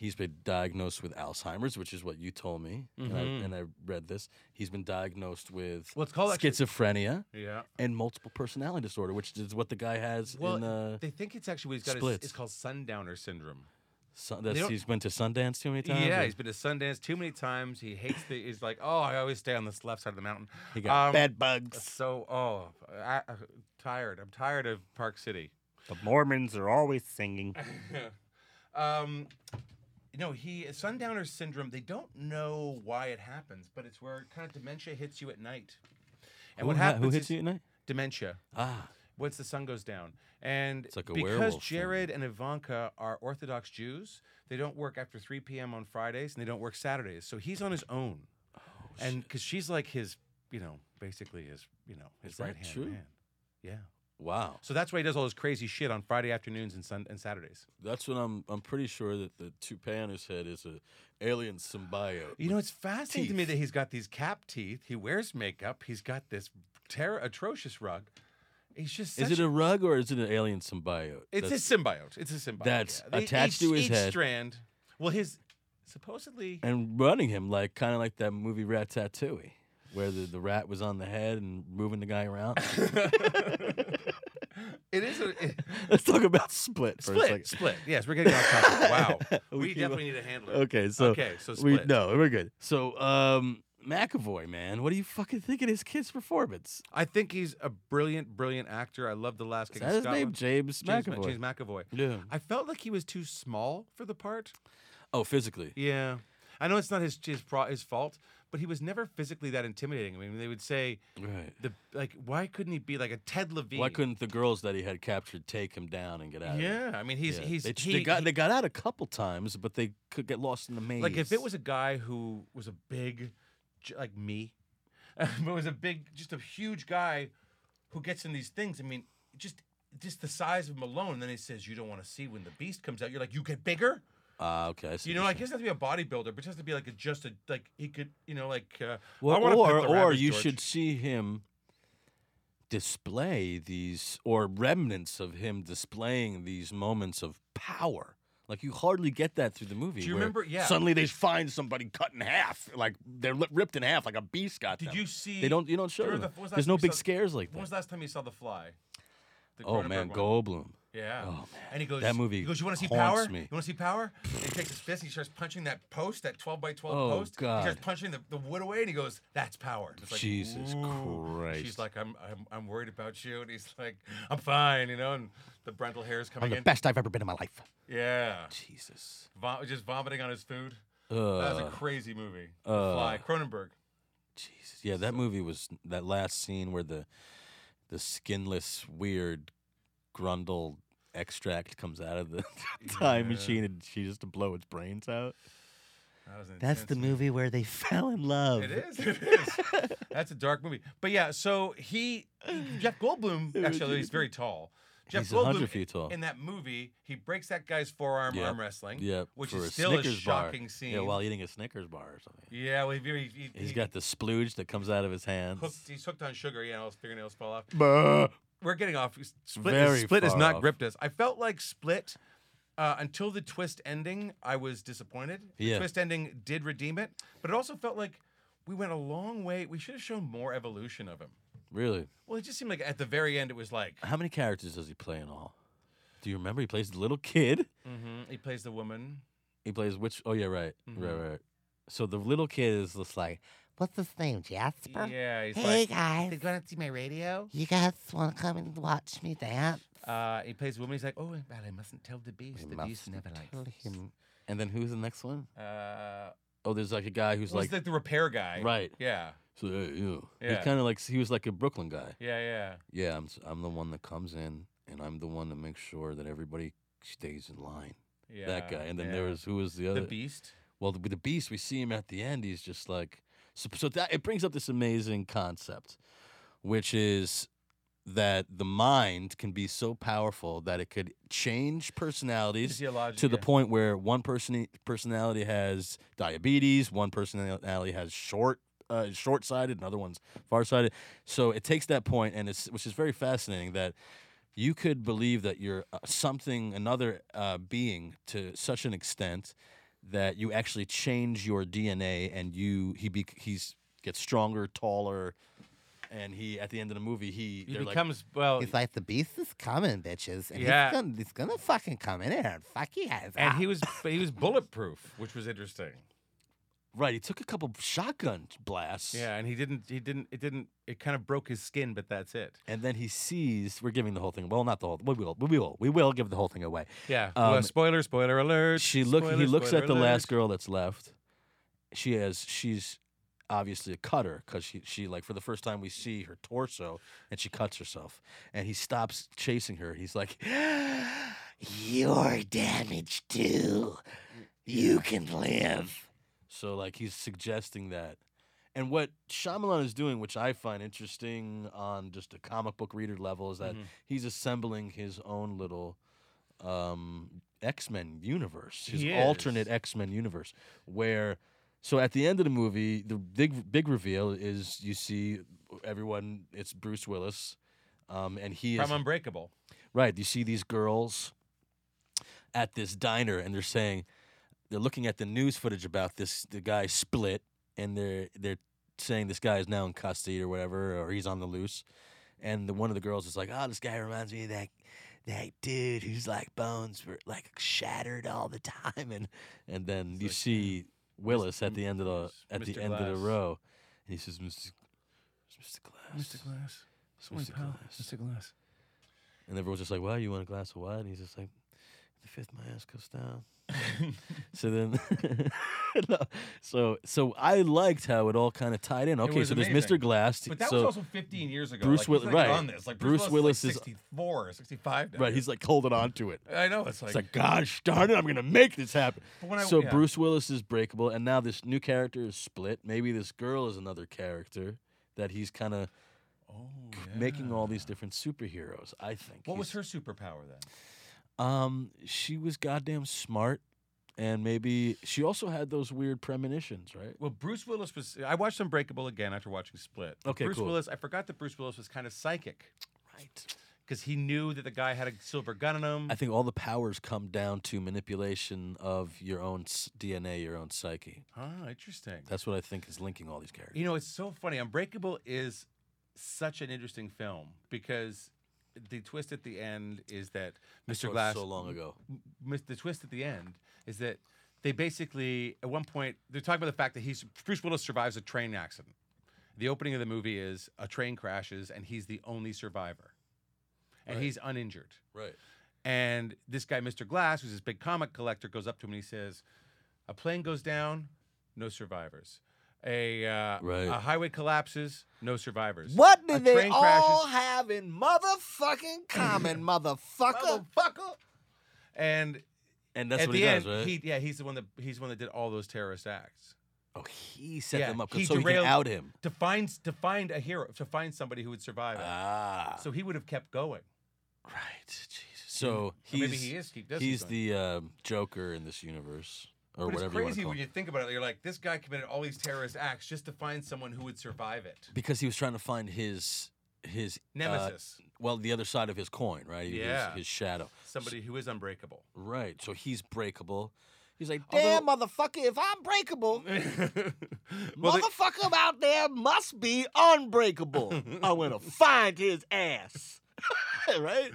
He's been diagnosed with Alzheimer's, which is what you told me, and, I, Mhm. and I read this. He's been diagnosed with Well, it's called actually- schizophrenia Yeah. and multiple personality disorder, which is what the guy has Well, in. Uh, They think it's actually what he's got. is- Split. It's called sundowner syndrome. sun, that's, don't- he's been to Sundance too many times. Yeah, or- he's been to Sundance too many times. He hates the. He's like, oh, I always stay on this left side of the mountain. he got Um, Bed bugs. So, oh, I, I'm tired. I'm tired of Park City. The Mormons are always singing. Um, no, he Sundowner syndrome. They don't know why it happens, but it's where kind of dementia hits you at night. And who what ha- happens? Who hits is you at night? Dementia. Ah, once the sun goes down. And It's like a because werewolf thing. Jared and Ivanka are Orthodox Jews, they don't work after 3 p.m. on Fridays and they don't work Saturdays. So he's on his own. Oh, and because she's like his, you know, basically his, you know, his Is that right hand true? man. Yeah. Wow. So that's why he does all his crazy shit on Friday afternoons and sun- and Saturdays. That's what I'm. I'm pretty sure that the toupee on his head is a alien symbiote. You know, it's fascinating to me teeth. that he's got these cap teeth. He wears makeup. He's got this terror atrocious rug. He's just such is it a rug or is it an alien symbiote? It's That's- a symbiote. It's a symbiote. that's They- attached each- to his each head. strand. Well, his supposedly. and running him like kind of like that movie Rat Ratatouille, where the, the rat was on the head and moving the guy around. It is a it- Let's talk about split. For split. A second. Split. Yes, we're getting off topic. Wow. We we keep- definitely need a handler. Okay, so okay. So we split. no, we're good. So um, McAvoy, man, what do you fucking think of his kid's performance? I think he's a brilliant, brilliant actor. I love the last. Is that King of his name? Scotland. James, Ma- McAvoy. James McAvoy. yeah. I felt like he was too small for the part. Oh, physically. Yeah, I know it's not his his, pro- his fault, but he was never physically that intimidating. I mean, they would say Right. the like, why couldn't he be like a Ted Levine? Why couldn't the girls that he had captured take him down and get out? Of it? Yeah, I mean, he's Yeah, he's they, he, they got he- they got out a couple times, but they could get lost in the maze. like if it was a guy who was a big, j- like me, but was a big, just a huge guy who gets in these things. I mean, just just the size of him alone. And then he says, "You don't want to see when the beast comes out." You're like, "You get bigger." ah okay, I see what You know, you're saying. like he doesn't have to be a bodybuilder, but just has to be like a, just a like he could, you know, like uh, I Well, wanna pet or the or rabbit, you George. should see him display these or remnants of him displaying these moments of power. Like you hardly get that through the movie. Do you where remember- yeah. Suddenly they find somebody cut in half, like they're li- ripped in half, like a beast got Did them. you see? They don't. You don't show Remember them. the- what was that There's no movie big saw- scares like When was that. the last time you saw The Fly? The Oh Cronenberg man, one. Goldblum. Yeah. Oh, man. And he goes, That movie He goes, you want to see haunts power? me. You want to see power? And he takes his fist and he starts punching that post, that 12 by 12 Oh, post. He God. starts punching the, the wood away and he goes, that's power. And It's like, Jesus "Ooh." She's Christ. like, I'm, I'm, I'm worried about you. And he's like, I'm fine, you know? And the Brental hair is coming I'm the in. best I've ever been in my life. Yeah. Jesus. Vom- just vomiting on his food. that was a Uh, crazy movie. uh, the Fly. Cronenberg. Jesus. Yeah, that movie was that last scene where the the skinless, weird grundle extract comes out of the time Yeah. machine and she just to blow its brains out. That was an That's the intense movie where they fell in love. It is. It is. That's a dark movie. But yeah, so he, Jeff Goldblum, actually, he's very tall. Jeff He's a Goldblum, hundred feet tall. in that movie, he breaks that guy's forearm Yeah. arm wrestling. Yeah, Which for is a still a Snickers shocking bar. scene. Yeah, while eating a Snickers bar or something. Yeah, well, he, he, he, He's he got the splooge that comes out of his hooked, hands. he's hooked on sugar. Yeah, all his fingernails fall off. Bah. We're getting off. Split, Very is, Split has far not off. gripped us. I felt like Split. Uh, until the twist ending, I was disappointed. The Yeah. twist ending did redeem it, but it also felt like we went a long way. We should have shown more evolution of him. Really? Well, it just seemed like at the very end, it was like How many characters does he play in all? Do you remember? He plays the little kid. Mm-hmm. he plays the woman. He plays which? Oh yeah, right, right, Mhm. right. So the little kid is just like, What's his name, Jasper? Yeah, he's hey like, guys, going out to see my radio. you guys want to come and watch me dance? Uh, he plays the woman. He's like, oh, well, I mustn't tell the beast. the beast never Tell likes. us." him. and then who's the next one? Uh, Oh, there's like a guy who's he's like, like, the repair guy. right. Yeah. So uh, you. Yeah. He's kind of like he was like a Brooklyn guy. Yeah. Yeah. Yeah, I'm s- I'm the one that comes in and I'm the one that makes sure that everybody stays in line. Yeah. that guy. And then yeah. there was who was the the other? beast. well, the, with the beast. We see him at the end. He's just like so. so that it brings up this amazing concept, which is that the mind can be so powerful that it could change personalities Physiologic, to the yeah. point where one person personality has diabetes, one personality has short uh, short sighted, another one's far sighted. So it takes that point, and it's which is very fascinating that you could believe that you're uh, something another uh, being to such an extent that you actually change your DNA, and you he be, he's gets stronger, taller. And he, at the end of the movie, he, He they're like, becomes well. He's like, the beast is coming, bitches. And Oh, Yeah. he's, gonna, he's gonna fucking come in here and fuck you guys. and up." he was, but he was bulletproof, which was interesting. right. He took a couple shotgun blasts. Yeah, and he didn't, he didn't, it didn't, it kind of broke his skin, but that's it. and then he sees we're giving the whole thing well not the whole we will we will we will give the whole thing away Yeah. Um, well, spoiler, spoiler alert. she look he spoiler, looks spoiler at the last alert. girl that's left she has she's obviously a cutter because she, she like for the first time we see her torso and she cuts herself and he stops chasing her he's like You're damaged too. You can live. so like he's suggesting that and what Shyamalan is doing which I find interesting on just a comic book reader level is that Mhm. he's assembling his own little um, X-Men universe his He alternate is. X-Men universe where so at the end of the movie, the big big reveal is you see everyone. It's Bruce Willis, um, and he is From Unbreakable. right. You see these girls at this diner, and they're saying they're looking at the news footage about this the guy split, and they're they're saying this guy is now in custody or whatever, or he's on the loose. And the one of the girls is like, "Oh, this guy reminds me of that." That dude who's like bones were like shattered all the time, and and then you like, uh, see Willis at the end of Mis- the at Mr. the end of the Glass. row, and he says, "Mr. Mr. Glass, Glass. it's Mr. Glass." Glass. And everyone's just like, "Why you want a glass of wine?" And he's just like, "The fifth my ass goes down." so then, No. so so I liked how it all kind of tied in. Okay, was so there's amazing. Mr. Glass. But that so was also 15 years ago. Bruce like, Will- he's not even right. On this. Like Bruce Willis Willis is- like 64 or 65. now. right, he's like holding on to it. I know. It's like, It's like, gosh darn it, I'm gonna make this happen. But when I- so yeah. Bruce Willis is breakable, and now this new character is split. Maybe this girl is another character that he's kind of oh, making yeah. all these different superheroes. I think. What was He's- her superpower then? Um, she was goddamn smart, and maybe she also had those weird premonitions, right? Well, Bruce Willis was. I watched Unbreakable again after watching Split. Okay, Bruce cool. Willis. I forgot that Bruce Willis was kind of psychic Right. because he knew that the guy had a silver gun in him. I think all the powers come down to manipulation of your own s- DNA, your own psyche. Ah, interesting. That's what I think is linking all these characters. You know, it's so funny. Unbreakable is such an interesting film because the twist at the end is that Mr. Sort of Glass. so long ago. mis- the twist at the end is that they basically at one point they're talking about the fact that he's Bruce Willis survives a train accident. The opening of the movie is a train crashes and he's the only survivor, and Right. he's uninjured. Right. And this guy, Mr. Glass, who's this big comic collector, goes up to him and he says, "A plane goes down, no survivors. A uh, Right. a highway collapses, no survivors. What A do they train all crashes- have in motherfucking common, motherfucker? Motherfucker!" And And that's at what the he end, does, right? he yeah, he's the one that he's the one that did all those terrorist acts. oh, he set yeah, them up 'cause he so he derailed- can out him. to find to find a hero to find somebody who would survive it. Ah. so he would have kept going. right. Jesus. So Or he's maybe he is. He does keep he's going. the um, Joker in this universe, or But it's whatever you want crazy to call. when him. you think about it. You're like, this guy committed all these terrorist acts just to find someone who would survive it. because he was trying to find his his uh, Nemesis, well, the other side of his coin, right? His- Yeah. his shadow. somebody who is unbreakable. Right. So he's breakable. He's like, damn. Damn, motherfucker, if I'm breakable, Well, they- motherfucker out there must be unbreakable. I'm gonna find his ass. right?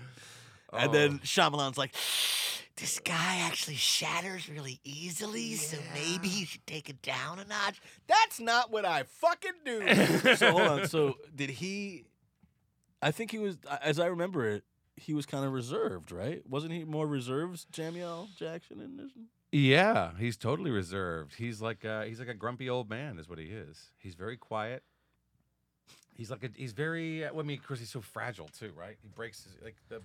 And then Shyamalan's like, This guy actually shatters really easily, so maybe you should take it down a notch. That's not what I fucking do. so hold on. So did he? I think he was, as I remember it, he was kind of reserved, right? Wasn't he more reserved, Jamiel Jackson in this? yeah, he's totally reserved. He's like uh, he's like a grumpy old man, is what he is. He's very quiet. He's like a, he's very. uh, Well, I mean, of course, he's so fragile too, right? He breaks his, like the.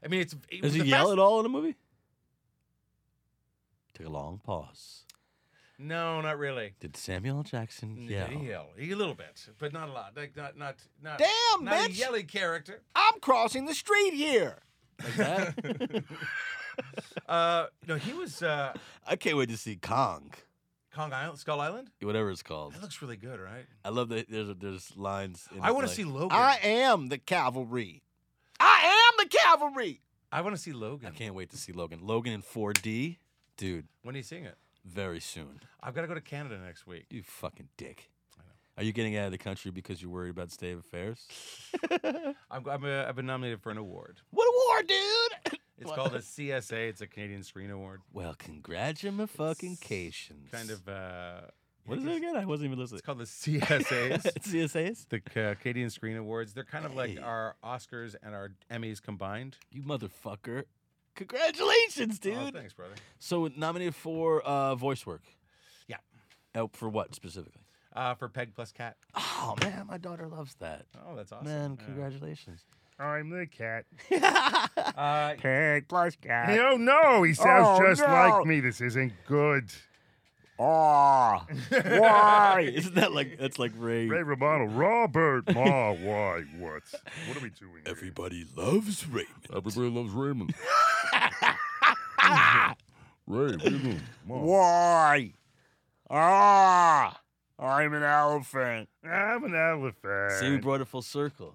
I mean, it's. it Does was he the yell fast- at all in the movie? Took a long pause. No, not really. Did Samuel L. Jackson Yeah, yell? he yell a little bit, but not a lot. Like not not not. Damn, not a bitch. yelly character. I'm crossing the street here. Like that? Uh, no, he was uh, I can't wait to see Kong, Kong Island, Skull Island. whatever it's called. That looks really good, right? I love that there's there's lines. In I it, want to like- see Logan. I I, am the cavalry. I am the cavalry. want to see Logan. I can't wait to see Logan. Logan in 4D, dude, When are you seeing it? very soon. I've got to go to Canada next week. You fucking dick. Are you getting out of the country because you're worried about state of affairs? I'm, I'm uh, I've been nominated for an award. What a war, dude. It's called the CSA. It's a Canadian Screen Award. Well, congratulations. Kind of. Uh, What is it again? I wasn't even It's listening. called the CSAs. CSAs? The uh, Canadian Screen Awards. They're kind of like Hey. our Oscars and our Emmys combined. You motherfucker. Congratulations, dude. Oh, thanks, brother. So nominated for uh, voice work. Yeah. Uh, for what specifically? uh, for Peg plus Cat. Oh man, my daughter loves that. Oh, that's awesome. Man, Yeah. congratulations. I'm the cat. Uh, Pig plus cat. No, no, he sounds Oh, just no. like me. This isn't good. Ah, why? Isn't that like that's like Ray? Ray Romano, Robert Ma, why, what? What are we doing? here? Everybody loves Raymond. Everybody loves Raymond. Ray, Raymond. Why? Ah, I'm an elephant. I'm an elephant. See, we brought it full circle.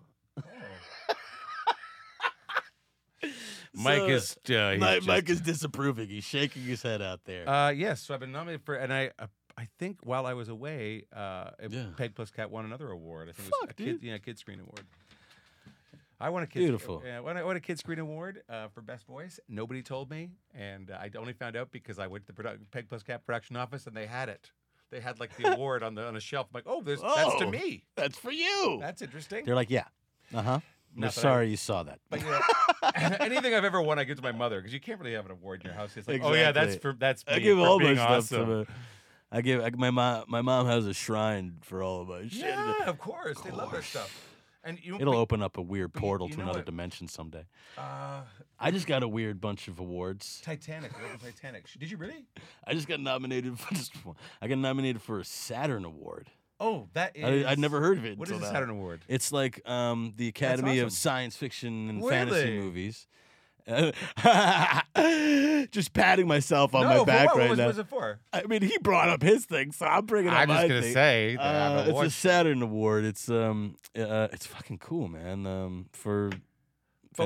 Mike So, is. Uh, he's Mi- Mike, just- is disapproving. He's shaking his head out there. Uh, yes, so I've been nominated for, and I, uh, I think while I was away, uh, it- Yeah. Peg Plus Cat won another award. I think it was Fuck, a kid, dude. yeah, kid screen award. I won a kid. Beautiful. Yeah, I won, I won a kid screen award uh, for best voice. Nobody told me, and I only found out because I went to the produ- Peg Plus Cat production office, and they had it. They had like the award on the on a shelf. I'm like, oh, there's, that's to Oh. me. That's for you. That's interesting. They're like, yeah. Uh huh. Not that We're I- sorry you saw that. But, you know, anything I've ever won, I give to my mother because you can't really have an award in your house. It's like, oh yeah, that's Exactly. for that's me I give for all my being stuff awesome. to my, I give I, my mom. My mom has a shrine for all of my shit. Yeah, of course. They love that stuff. And you It'll but- open up a weird but you- portal you to know another what? dimension someday. Uh, I just got a weird bunch of awards. Titanic. what about Titanic. Sh- Did you really? I just got nominated for just one. I got nominated for a Saturn Award. Oh, that I, is. I'd never heard of it. What until is the now. Saturn Award? It's like um, the Academy of awesome. Science Fiction and Really? Fantasy Movies. just patting myself on no, my for back what? right what was, now. was it for? I mean, he brought up his thing, so I'm bringing up my thing. say Uh, it's a Saturn Award. It's um, uh, it's fucking cool, man. Um, for But-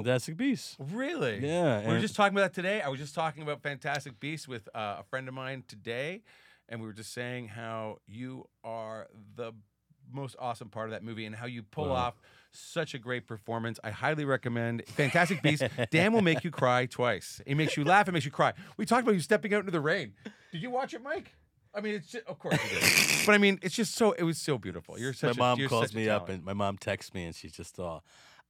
Fantastic Beasts. Really? Yeah, We were and- just talking about that today. I was just talking about Fantastic Beasts with uh, a friend of mine today, and we were just saying how you are the most awesome part of that movie and how you pull Wow. off such a great performance. I highly recommend Fantastic Beasts. Dan will make you cry twice. It makes you laugh. It makes you cry. We talked about you stepping out into the rain. Did you watch it, Mike? I mean, it's just, of course you did. but I mean, it's just so it was so beautiful. You're such my a- mom you're calls such a me up, talent. and my mom texts me, and she's just all,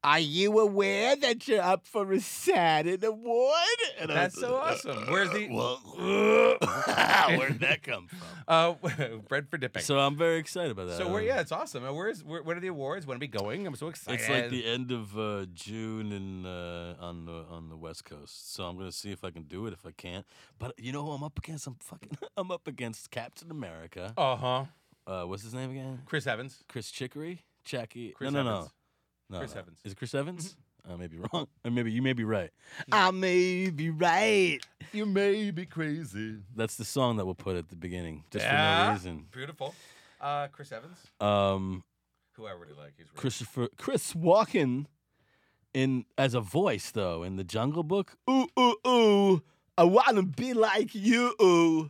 "Are you aware that you're up for a Saturn Award?" And I That's was, uh, so awesome. Where's the- Well, where'd that come from? uh, bread for dipping. So I'm very excited about that. So I we're, don't- yeah, it's awesome. And where's where, what are the awards? When are we going? I'm so excited. It's like the end of uh, June in uh, on the on the West Coast, so I'm gonna see if I can do it. If I can't, but you know who I'm up against? I'm fucking I'm up against Captain America. uh huh. Uh, what's his name again? Chris Evans. Chris Chickory, Jackie. Chris no, no, Evans. no, no. Chris no. Evans. Mm-hmm. Is it Chris Evans? I may be wrong. Or maybe you may be right. I may be right. You may be crazy. That's the song that we'll put at the beginning, just for Yeah. no reason. Beautiful. Uh, Chris Evans, Um, who I really like. He's really Christopher Chris Walken in as a voice though in the Jungle Book. Ooh ooh ooh, I wanna be like you. Ooh.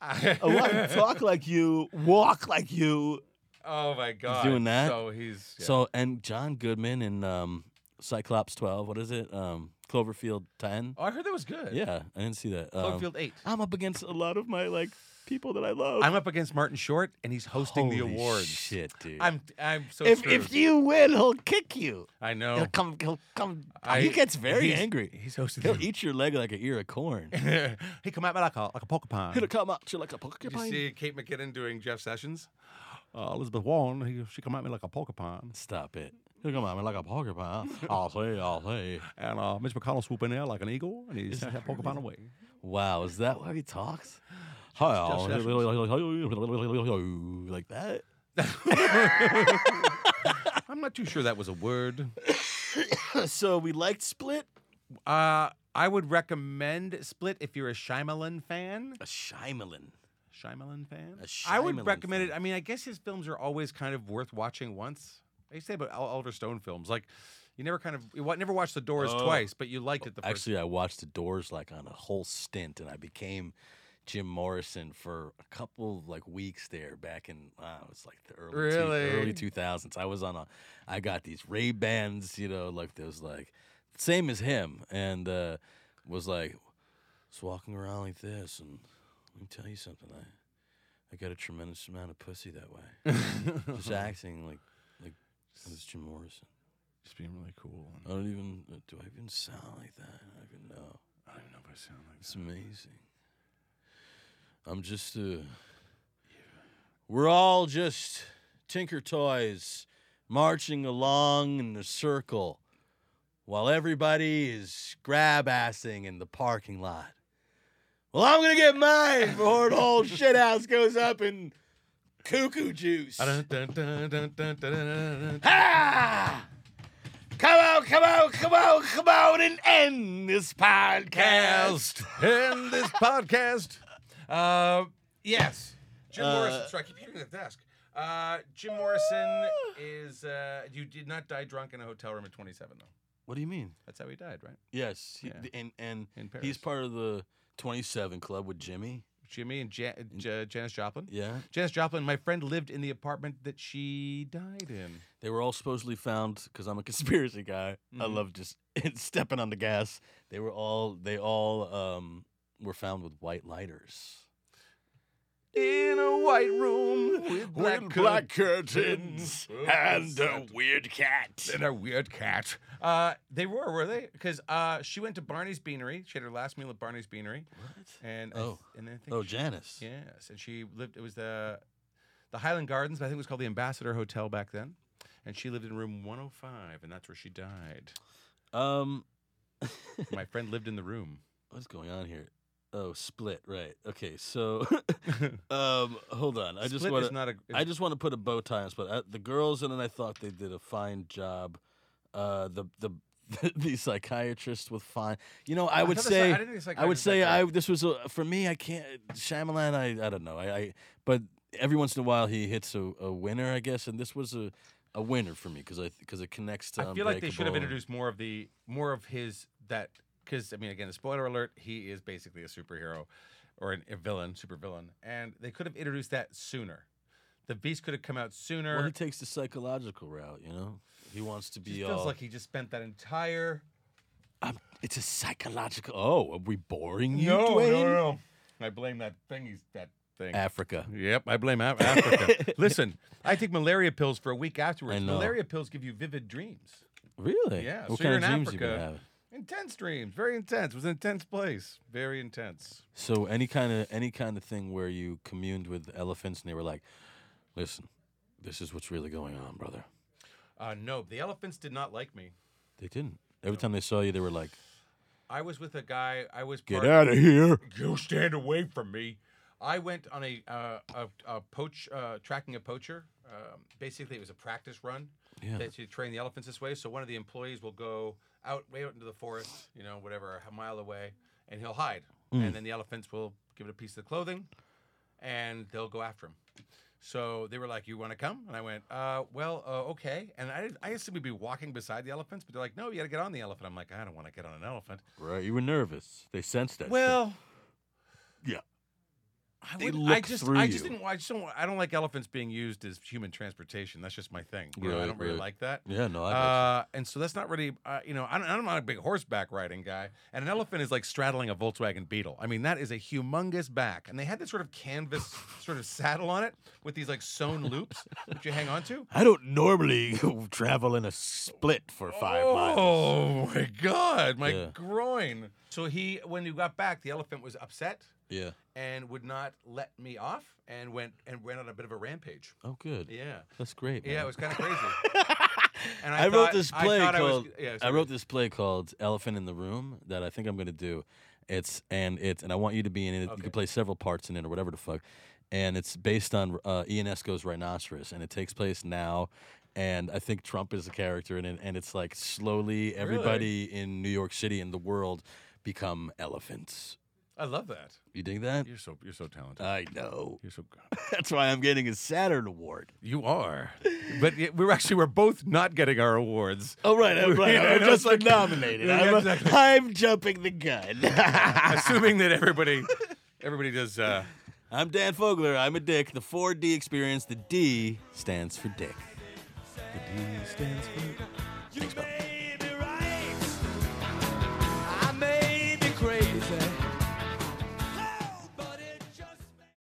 I wanna talk like you, walk like you. oh my god. doing that. So he's yeah. So and John Goodman in um, Cyclops twelve. What is it? Um, Cloverfield ten. Oh, I heard that was good. Yeah, I didn't see that. Um, Cloverfield eight. I'm up against a lot of my like people that I love. I'm up against Martin Short, and he's hosting the Holy awards. Shit, dude. I'm I'm so if screwed. if you win, he'll kick you. I He'll know. come. He'll come. I- Ah! he gets very he's- angry. He's hosting. He'll the- eat your leg like an ear of corn. he come at me like a like a porcupine. He'll come up to you like a Did you porcupine. see Kate McKinnon doing Jeff Sessions? Uh, Elizabeth Warren, he, she come at me like a porcupine. Stop it. He'll come at me like a porcupine. I'll say, I'll say. And uh, Mitch McConnell swoop in there like an eagle, and he sent that porcupine away. Wow, is that how he talks? Hi, I'll- Sessions. like that. I'm not too sure that was a word. so we liked Split. Uh, I would recommend Split if you're a Shyamalan fan. A Shyamalan. Shyamalan fan? A I Shyamalan would recommend it. fan. I mean, I guess his films are always kind of worth watching once. I used to say about Ol- Oliver Stone films, like you never kind of you wa- never watched The Doors Oh. twice, but you liked it the first. Actually, I watched The Doors like on a whole stint, and I became Jim Morrison for a couple of like weeks there back in uh, it was like the early two- Really? early two thousands. I was on a, I got these Ray Bans, you know, like those like same as him, and uh, was like was walking around like this, and let me tell you something, I I got a tremendous amount of pussy that way, just acting like like I was Jim Morrison. just being really cool. I don't even. uh, Do I even sound like that? I don't even know. I don't even know if I sound like it's amazing. I'm just a. uh, We're all just tinker toys marching along in a circle while everybody is grab assing in the parking lot. Well, I'm gonna get mine before the whole shit house goes up in cuckoo juice. Ah! Come on, come on, come on, come on and end this podcast. Cast in this podcast. Uh, yes. Jim Uh, Morrison. Sorry, I keep hitting the desk. Uh, Jim Morrison is. Uh, you did not die drunk in a hotel room at 27, though. What do you mean? That's how he died, right? Yes, he- Yeah. and and In Paris. he's part of the 27 Club with Jimmy. Jimmy and ja- Ja- Janis Joplin. Yeah, Janis Joplin, my friend, lived in the apartment that she died in. they were all supposedly found because I'm a conspiracy guy. I Mhm. love just stepping on the gas. They were all they all um, were found with white lighters. In a white room with black, black curtains and a weird cat. and a weird cat. Uh, they were, were they? Because uh, she went to Barney's Beanery. She had her last meal at Barney's Beanery, What? and I Oh. th- and I think Oh, she- Janice. Yes, and she lived. It was the the Highland Gardens, but I think it was called the Ambassador Hotel back then. And she lived in room 105, and that's where she died. Um, My friend lived in the room. what's going on here? Oh, split. Right. Okay. So, um, hold on. I just Split want is not a. I just want to put a bow tie on this, but uh, the girls and then I thought they did a fine job. Uh, the the the psychiatrist with fine, you know, I, would thought the say psy- I didn't think the I would psychiatrist say actually- I this was a, for me. I can't Shyamalan. I I don't know. I, I but every once in a while he hits a, a winner, I guess, and this was a a winner for me because I because it connects to. I feel like they should have Unbreakable. introduced more of the more of his that because I mean again, spoiler alert, he is basically a superhero or an, a villain, supervillain, and they could have introduced that sooner. The Beast could have come out sooner. Well, he takes the psychological route. You know, he wants to Just be feels all. like he just spent that entire. I'm- it's a psychological. Oh, are we boring you, Dwayne? I blame that thing. He's that thing. Africa. Yep, I blame Af- Africa. Listen, I take malaria pills for a week afterwards. know. Malaria pills give you vivid dreams, Really? Yeah, What so kind you're of in dreams you been Africa. having? intense dreams, very intense. It was an intense place, very intense. So any kind of any kind of thing where you communed with elephants and they were like, "Listen, this is what's really going on, brother." Uh, no, the elephants did not like me. They didn't. Every time they saw you, they were like, I was with a guy. I was "Get part- out of here!" You stand away from me. I went on a uh, a, a poach uh, tracking a poacher. Um, basically, it was a practice run Yeah. that you train the elephants this way. So one of the employees will go out way out into the forest, you know, whatever a mile away, and he'll hide. And then the elephants will give it a piece of the clothing, and they'll go after him. So they were like, "You want to come?" And I went, uh, "Well, uh, okay." And I, I assumed we'd be walking beside the elephants, but they're like, "No, you got to get on the elephant." I'm like, "I don't want to get on an elephant." Right? You were nervous. They sensed that. shit. Well, Yeah. I, They wouldn't- I look just, through I just you. didn't. I just don't. I don't like elephants being used as human transportation. That's just my thing. You know, I Right, don't really right. like that. yeah, no, I got Uh, and so that's not really, uh, you know, I don't, I'm not a big horseback riding guy. And an elephant is like straddling a Volkswagen Beetle. I mean, that is a humongous back. And they had this sort of canvas sort of saddle on it with these like sewn loops that you hang on to. you. I don't normally travel in a split for five miles. Oh my God, my Yeah. groin. So he, when he got back, the elephant was upset. Yeah. and would not let me off and went and went on a bit of a rampage. Oh, good. Yeah. That's great. Yeah, man. it was kind of crazy. And I, wrote thought- this I play thought I was- called yeah, I sorry. wrote this play called Elephant in the Room that I think I'm gonna do. It's and it's and I want you to be in it. You Okay. can play several parts in it or whatever the fuck. And it's based on uh, Ian Esco's Rhinoceros, and it takes place now. And I think Trump is a character in it, and it's like slowly everybody in New York City and the world become elephants. I love that. You dig that? You're so you're so talented. I know. You're so good. That's why I'm getting a Saturn Award. You are. But yet we're actually we're both not getting our awards. Oh right, oh, right. Yeah, I I'm know, just it's like- been nominated. Yeah, I'm, exactly. I'm jumping the gun. Assuming that everybody everybody does uh I'm Dan Fogler. I'm a dick. The 4D experience. The D stands for dick. The D stands for. Thanks, pal.